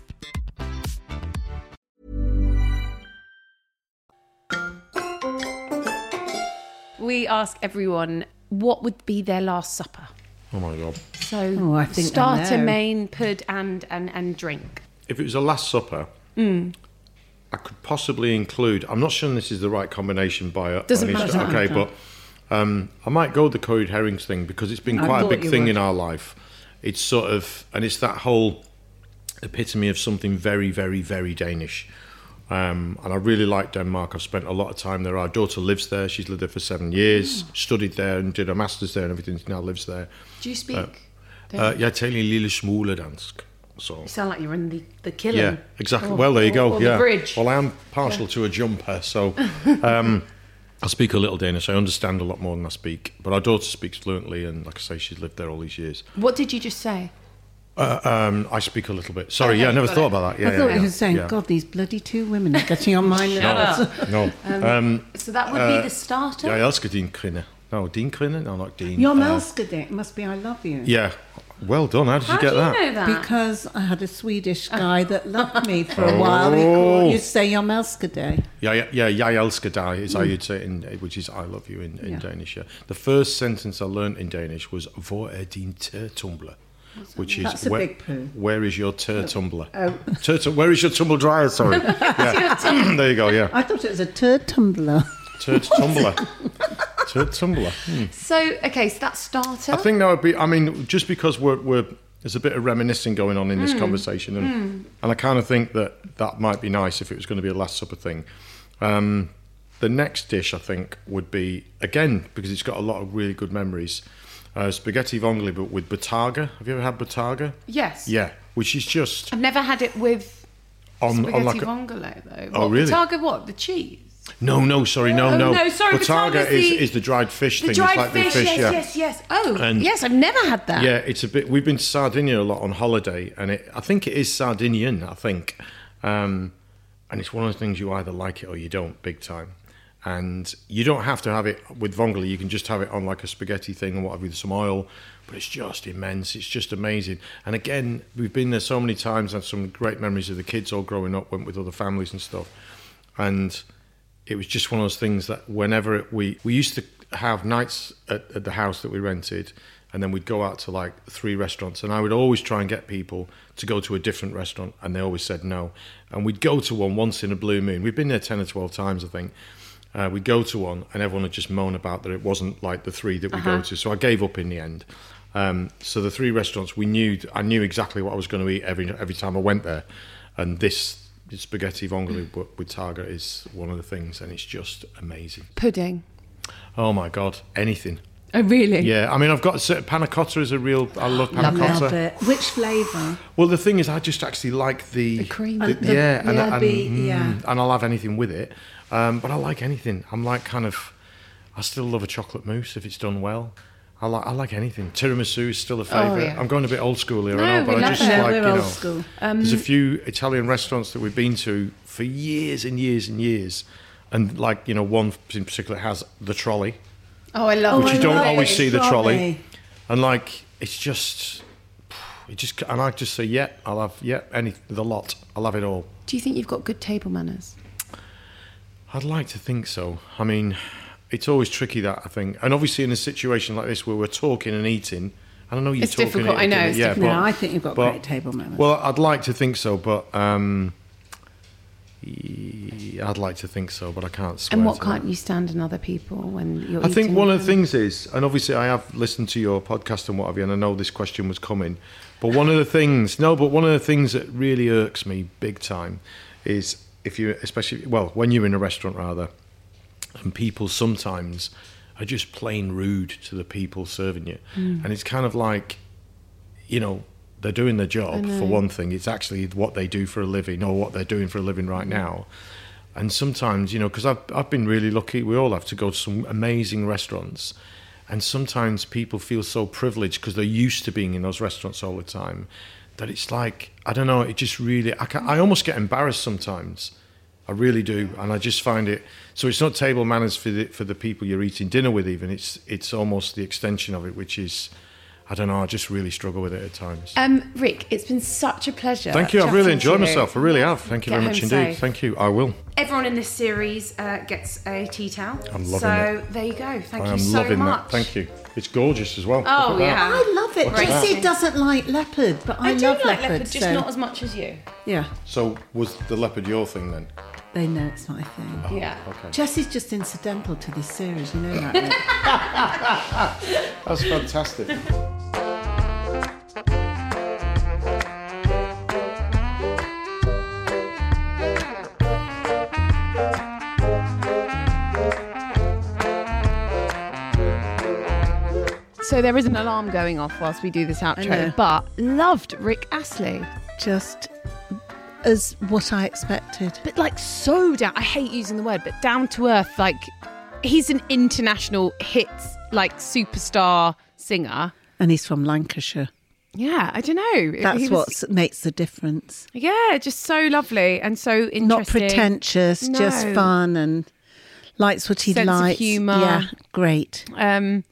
We ask everyone what would be their last supper.
Oh my god!
So
Oh, I think I
starter,
know.
main, pud, and and and drink.
If it was a Last Supper, I could possibly include. I'm not sure this is the right combination by a,
Doesn't
on each-
matter.
Okay, but um, I might go the curried herrings thing because it's been quite a
thought
big
you
thing
would.
in our life. It's sort of, and it's that whole epitome of something very, very, very Danish. Um, and I really like Denmark. I've spent a lot of time there. Our daughter lives there. She's lived there for seven years, studied there, and did her masters there, and everything. She now lives there.
Do you speak?
Uh, jeg taler en lille smule dansk. So.
you sound like you're in the the killing.
Yeah, exactly.
Oh,
well, there you go.
Oh, or the
yeah.
bridge.
Well, I am partial to a jumper, so um, I speak a little Danish. I understand a lot more than I speak, but our daughter speaks fluently, and like I say, she's lived there all these years.
What did you just say?
Uh, um, I speak a little bit. Sorry, yeah, I never thought about that.
I
Yeah,
thought
yeah,
you
yeah,
were saying,
yeah.
God, these bloody two women are getting on my nerves.
No, um, um,
So that would
Uh,
be the starter.
yeah, jeg elsker din kvinde. No, din kvinde? No, not din.
Your
Uh,
mouse did it. Must be I love you.
Yeah. Well done. How did
How
you get
do you
that?
know that?
Because I had a Swedish guy that loved me for
Oh.
a while. He called, you'd say your mouse day.
Yeah, yeah, yeah, jag älskar dig
Mm.
is how you'd say it in, which is I love you in, in Danish. Yeah. The first sentence I learned in Danish was "Hvor er din tørtumbler?" Which is
That's a
where,
big poo.
where is your tørtumbler? Oh. where is your tumble dryer? Sorry. yeah. there you go. Yeah,
I thought it was a turd tumbler.
turtumbler, turtumbler. Hmm.
so okay, so that's starter.
I think that would be. I mean, just because we're, we're there's a bit of reminiscing going on in
Hmm.
this conversation, and and I kind of think that that might be nice if it was going to be a Last Supper thing. Um, the next dish I think would be again because it's got a lot of really good memories. Uh, spaghetti vongole, but with bataga. Have you ever had bataga?
yes.
Yeah, which is just
I've never had it with
on,
spaghetti
on like a,
vongole though.
Oh, really?
Target what? The cheese.
no, no, sorry, no,
Oh,
no.
no, sorry,
bataga
bataga's
is,
the-
is the dried fish
The
thing.
dried
it's like
fish.
the fish,
yes,
yeah.
yes, yes. Oh,
And-
yes. I've never had that.
Yeah, it's a bit. We've been to Sardinia a lot on holiday, and it, I think it is Sardinian. I think, um, and it's one of the things you either like it or you don't, big time. And you don't have to have it with vongole. You can just have it on like a spaghetti thing and whatever with some oil. But it's just immense. It's just amazing. And again, we've been there so many times. Had some great memories of the kids all growing up. Went with other families and stuff. And it was just one of those things that whenever we we used to have nights at, at the house that we rented and then we'd go out to like three restaurants and i would always try and get people to go to a different restaurant and they always said no and we'd go to one once in a blue moon we'd been there 10 or 12 times i think uh, we'd go to one and everyone would just moan about that it wasn't like the three that we go to so i gave up in the end um, so the three restaurants we knew i knew exactly what i was going to eat every every time i went there and this spaghetti vongole w- with targa is one of the things and it's just amazing
Pudding.
oh my god anything
Oh, really?
yeah i mean i've got certain panna cotta is a real i love panna
Love
cotta
it. Which flavour? Uh,
well the thing is i just actually like the, the
cream.
the-
yeah and,
yeah,
and,
be-
mm,
yeah.
and i'll have anything with it um, but i like anything i'm like kind of i still love a chocolate mousse if it's done well I like, I like anything. Tiramisu is still a favourite.
Oh, yeah.
I'm going a bit old school here,
No,
I know, but
we
I
love
just
it.
Yeah,
like,
we're
you know. um,
old school.
There's a few Italian restaurants that we've been to for years and years and years, and like you know, one in particular has the trolley,
Oh, I love.
which
I
you don't
love
always
it,
see the trolley,
trolley.
and like it's just, it just, and I just say, yeah, I'll have yeah, any the lot, I'll have it all.
Do you think you've got good table manners?
I'd like to think so. I mean, it's always tricky that I think, and obviously in a situation like this where we're talking and eating, I don't know you're
It's
talking.
difficult, I know,
eating,
it's
yeah,
No,
but-
I think you've got
but-
great table manners.
Well, I'd like to think so, but um, y- I'd like to think so, but I can't swear.
And what
to that.
can't you stand in other people when you're?
I think
eating
one
with
of the
them?
things is, and obviously I have listened to your podcast and what have you, and I know this question was coming, but one of the things, no, but one of the things that really irks me big time is if you, especially, well, when you're in a restaurant rather, and people sometimes are just plain rude to the people serving you,
Mm.
and it's kind of like, you know, they're doing their job for one thing. It's actually what they do for a living or what they're doing for a living right now. And sometimes, you know, because I've, I've been really lucky, we all have to go to some amazing restaurants. And sometimes people feel so privileged because they're used to being in those restaurants all the time that it's like, I don't know, it just really, I, ca I almost get embarrassed sometimes. I really do, and I just find it. So it's not table manners for the for the people you're eating dinner with. Even it's it's almost the extension of it, which is, I don't know. I just really struggle with it at times.
Um, Rick, it's been such a pleasure.
Thank you. I've really
chatting to
enjoyed
you.
myself. I really have. Thank you
Get
very much
home
indeed.
safe.
Thank you. I will.
Everyone in this series uh, gets a tea towel.
I'm loving
so there you go. Thank
I
you
am
so
loving
much.
that. Thank you. It's gorgeous as well.
Oh,
Look at that.
yeah.
I love it.
Look at
Jesse
that.
doesn't like leopard, but I,
I do
love
like leopard, just
so-
not as much as you.
yeah,
So was the leopard your thing then?
they know it's not a thing.
Oh,
Yeah.
Jesse's just incidental to this series, you know that. right?
That's fantastic.
So there is an alarm going off whilst we do this
know.
outro, but loved Rick Astley.
just as what I expected.
But like so down, I hate using the word, but down to earth, like he's an international hits, like superstar singer.
And he's from Lancashire.
Yeah, I don't know. He
That's
was-
what makes the difference.
Yeah, just so lovely and so interesting.
Not pretentious, just
No.
fun and likes what he
Sense of
likes.
humour.
Yeah, great.
Um,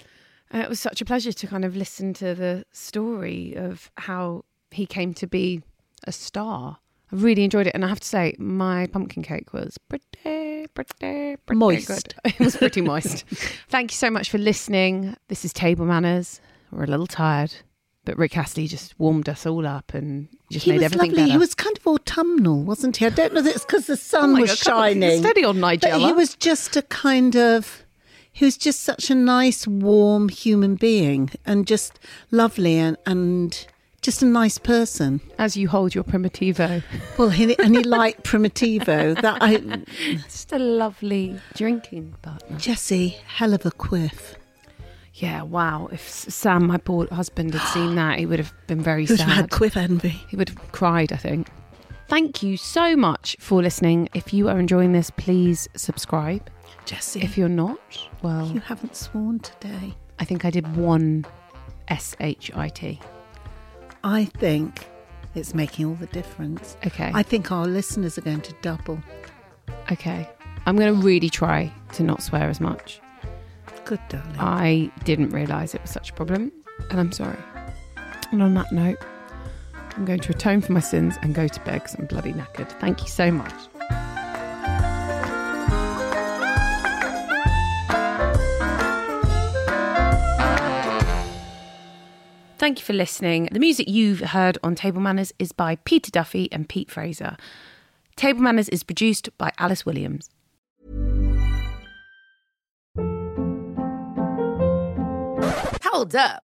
and it was such a pleasure to kind of listen to the story of how he came to be a star. I really enjoyed it, and I have to say, my pumpkin cake was pretty, pretty, pretty
Moist.
good. It was pretty moist. Thank you so much for listening. This is Table Manners. We're a little tired, but Rick Astley just warmed us all up and just
He
made
was
everything
lovely.
better.
He was kind of autumnal, wasn't he? I don't know that it's because the sun
my
was
God, come on,
shining.
steady on,
But he
Nigella.
was just a kind of. He was just such a nice, warm human being and just lovely and, and just a nice person.
As you hold your primitivo,
Well, he, and he liked Primitivo. That I,
just a lovely drinking partner.
Jesse, hell of a quiff.
Yeah, wow. If S- Sam, my poor husband, had seen that, he would have been very
Who's
sad.
had quiff envy?
He would have cried, I think. Thank you so much for listening. If you are enjoying this, please subscribe.
Jesse,
If you're not,
you
well,
haven't sworn today.
I think I did one S H I T.
I think it's making all the difference.
Okay.
I think our listeners are going to double.
Okay. I'm going to really try to not swear as much.
Good darling.
I didn't realise it was such a problem, and I'm sorry. And on that note, I'm going to atone for my sins and go to bed because I'm bloody knackered. Thank you so much. Thank you for listening. The music you've heard on Table Manners is by Peter Duffy and Pete Fraser. Table Manners is produced by Alice Williams.
Hold up.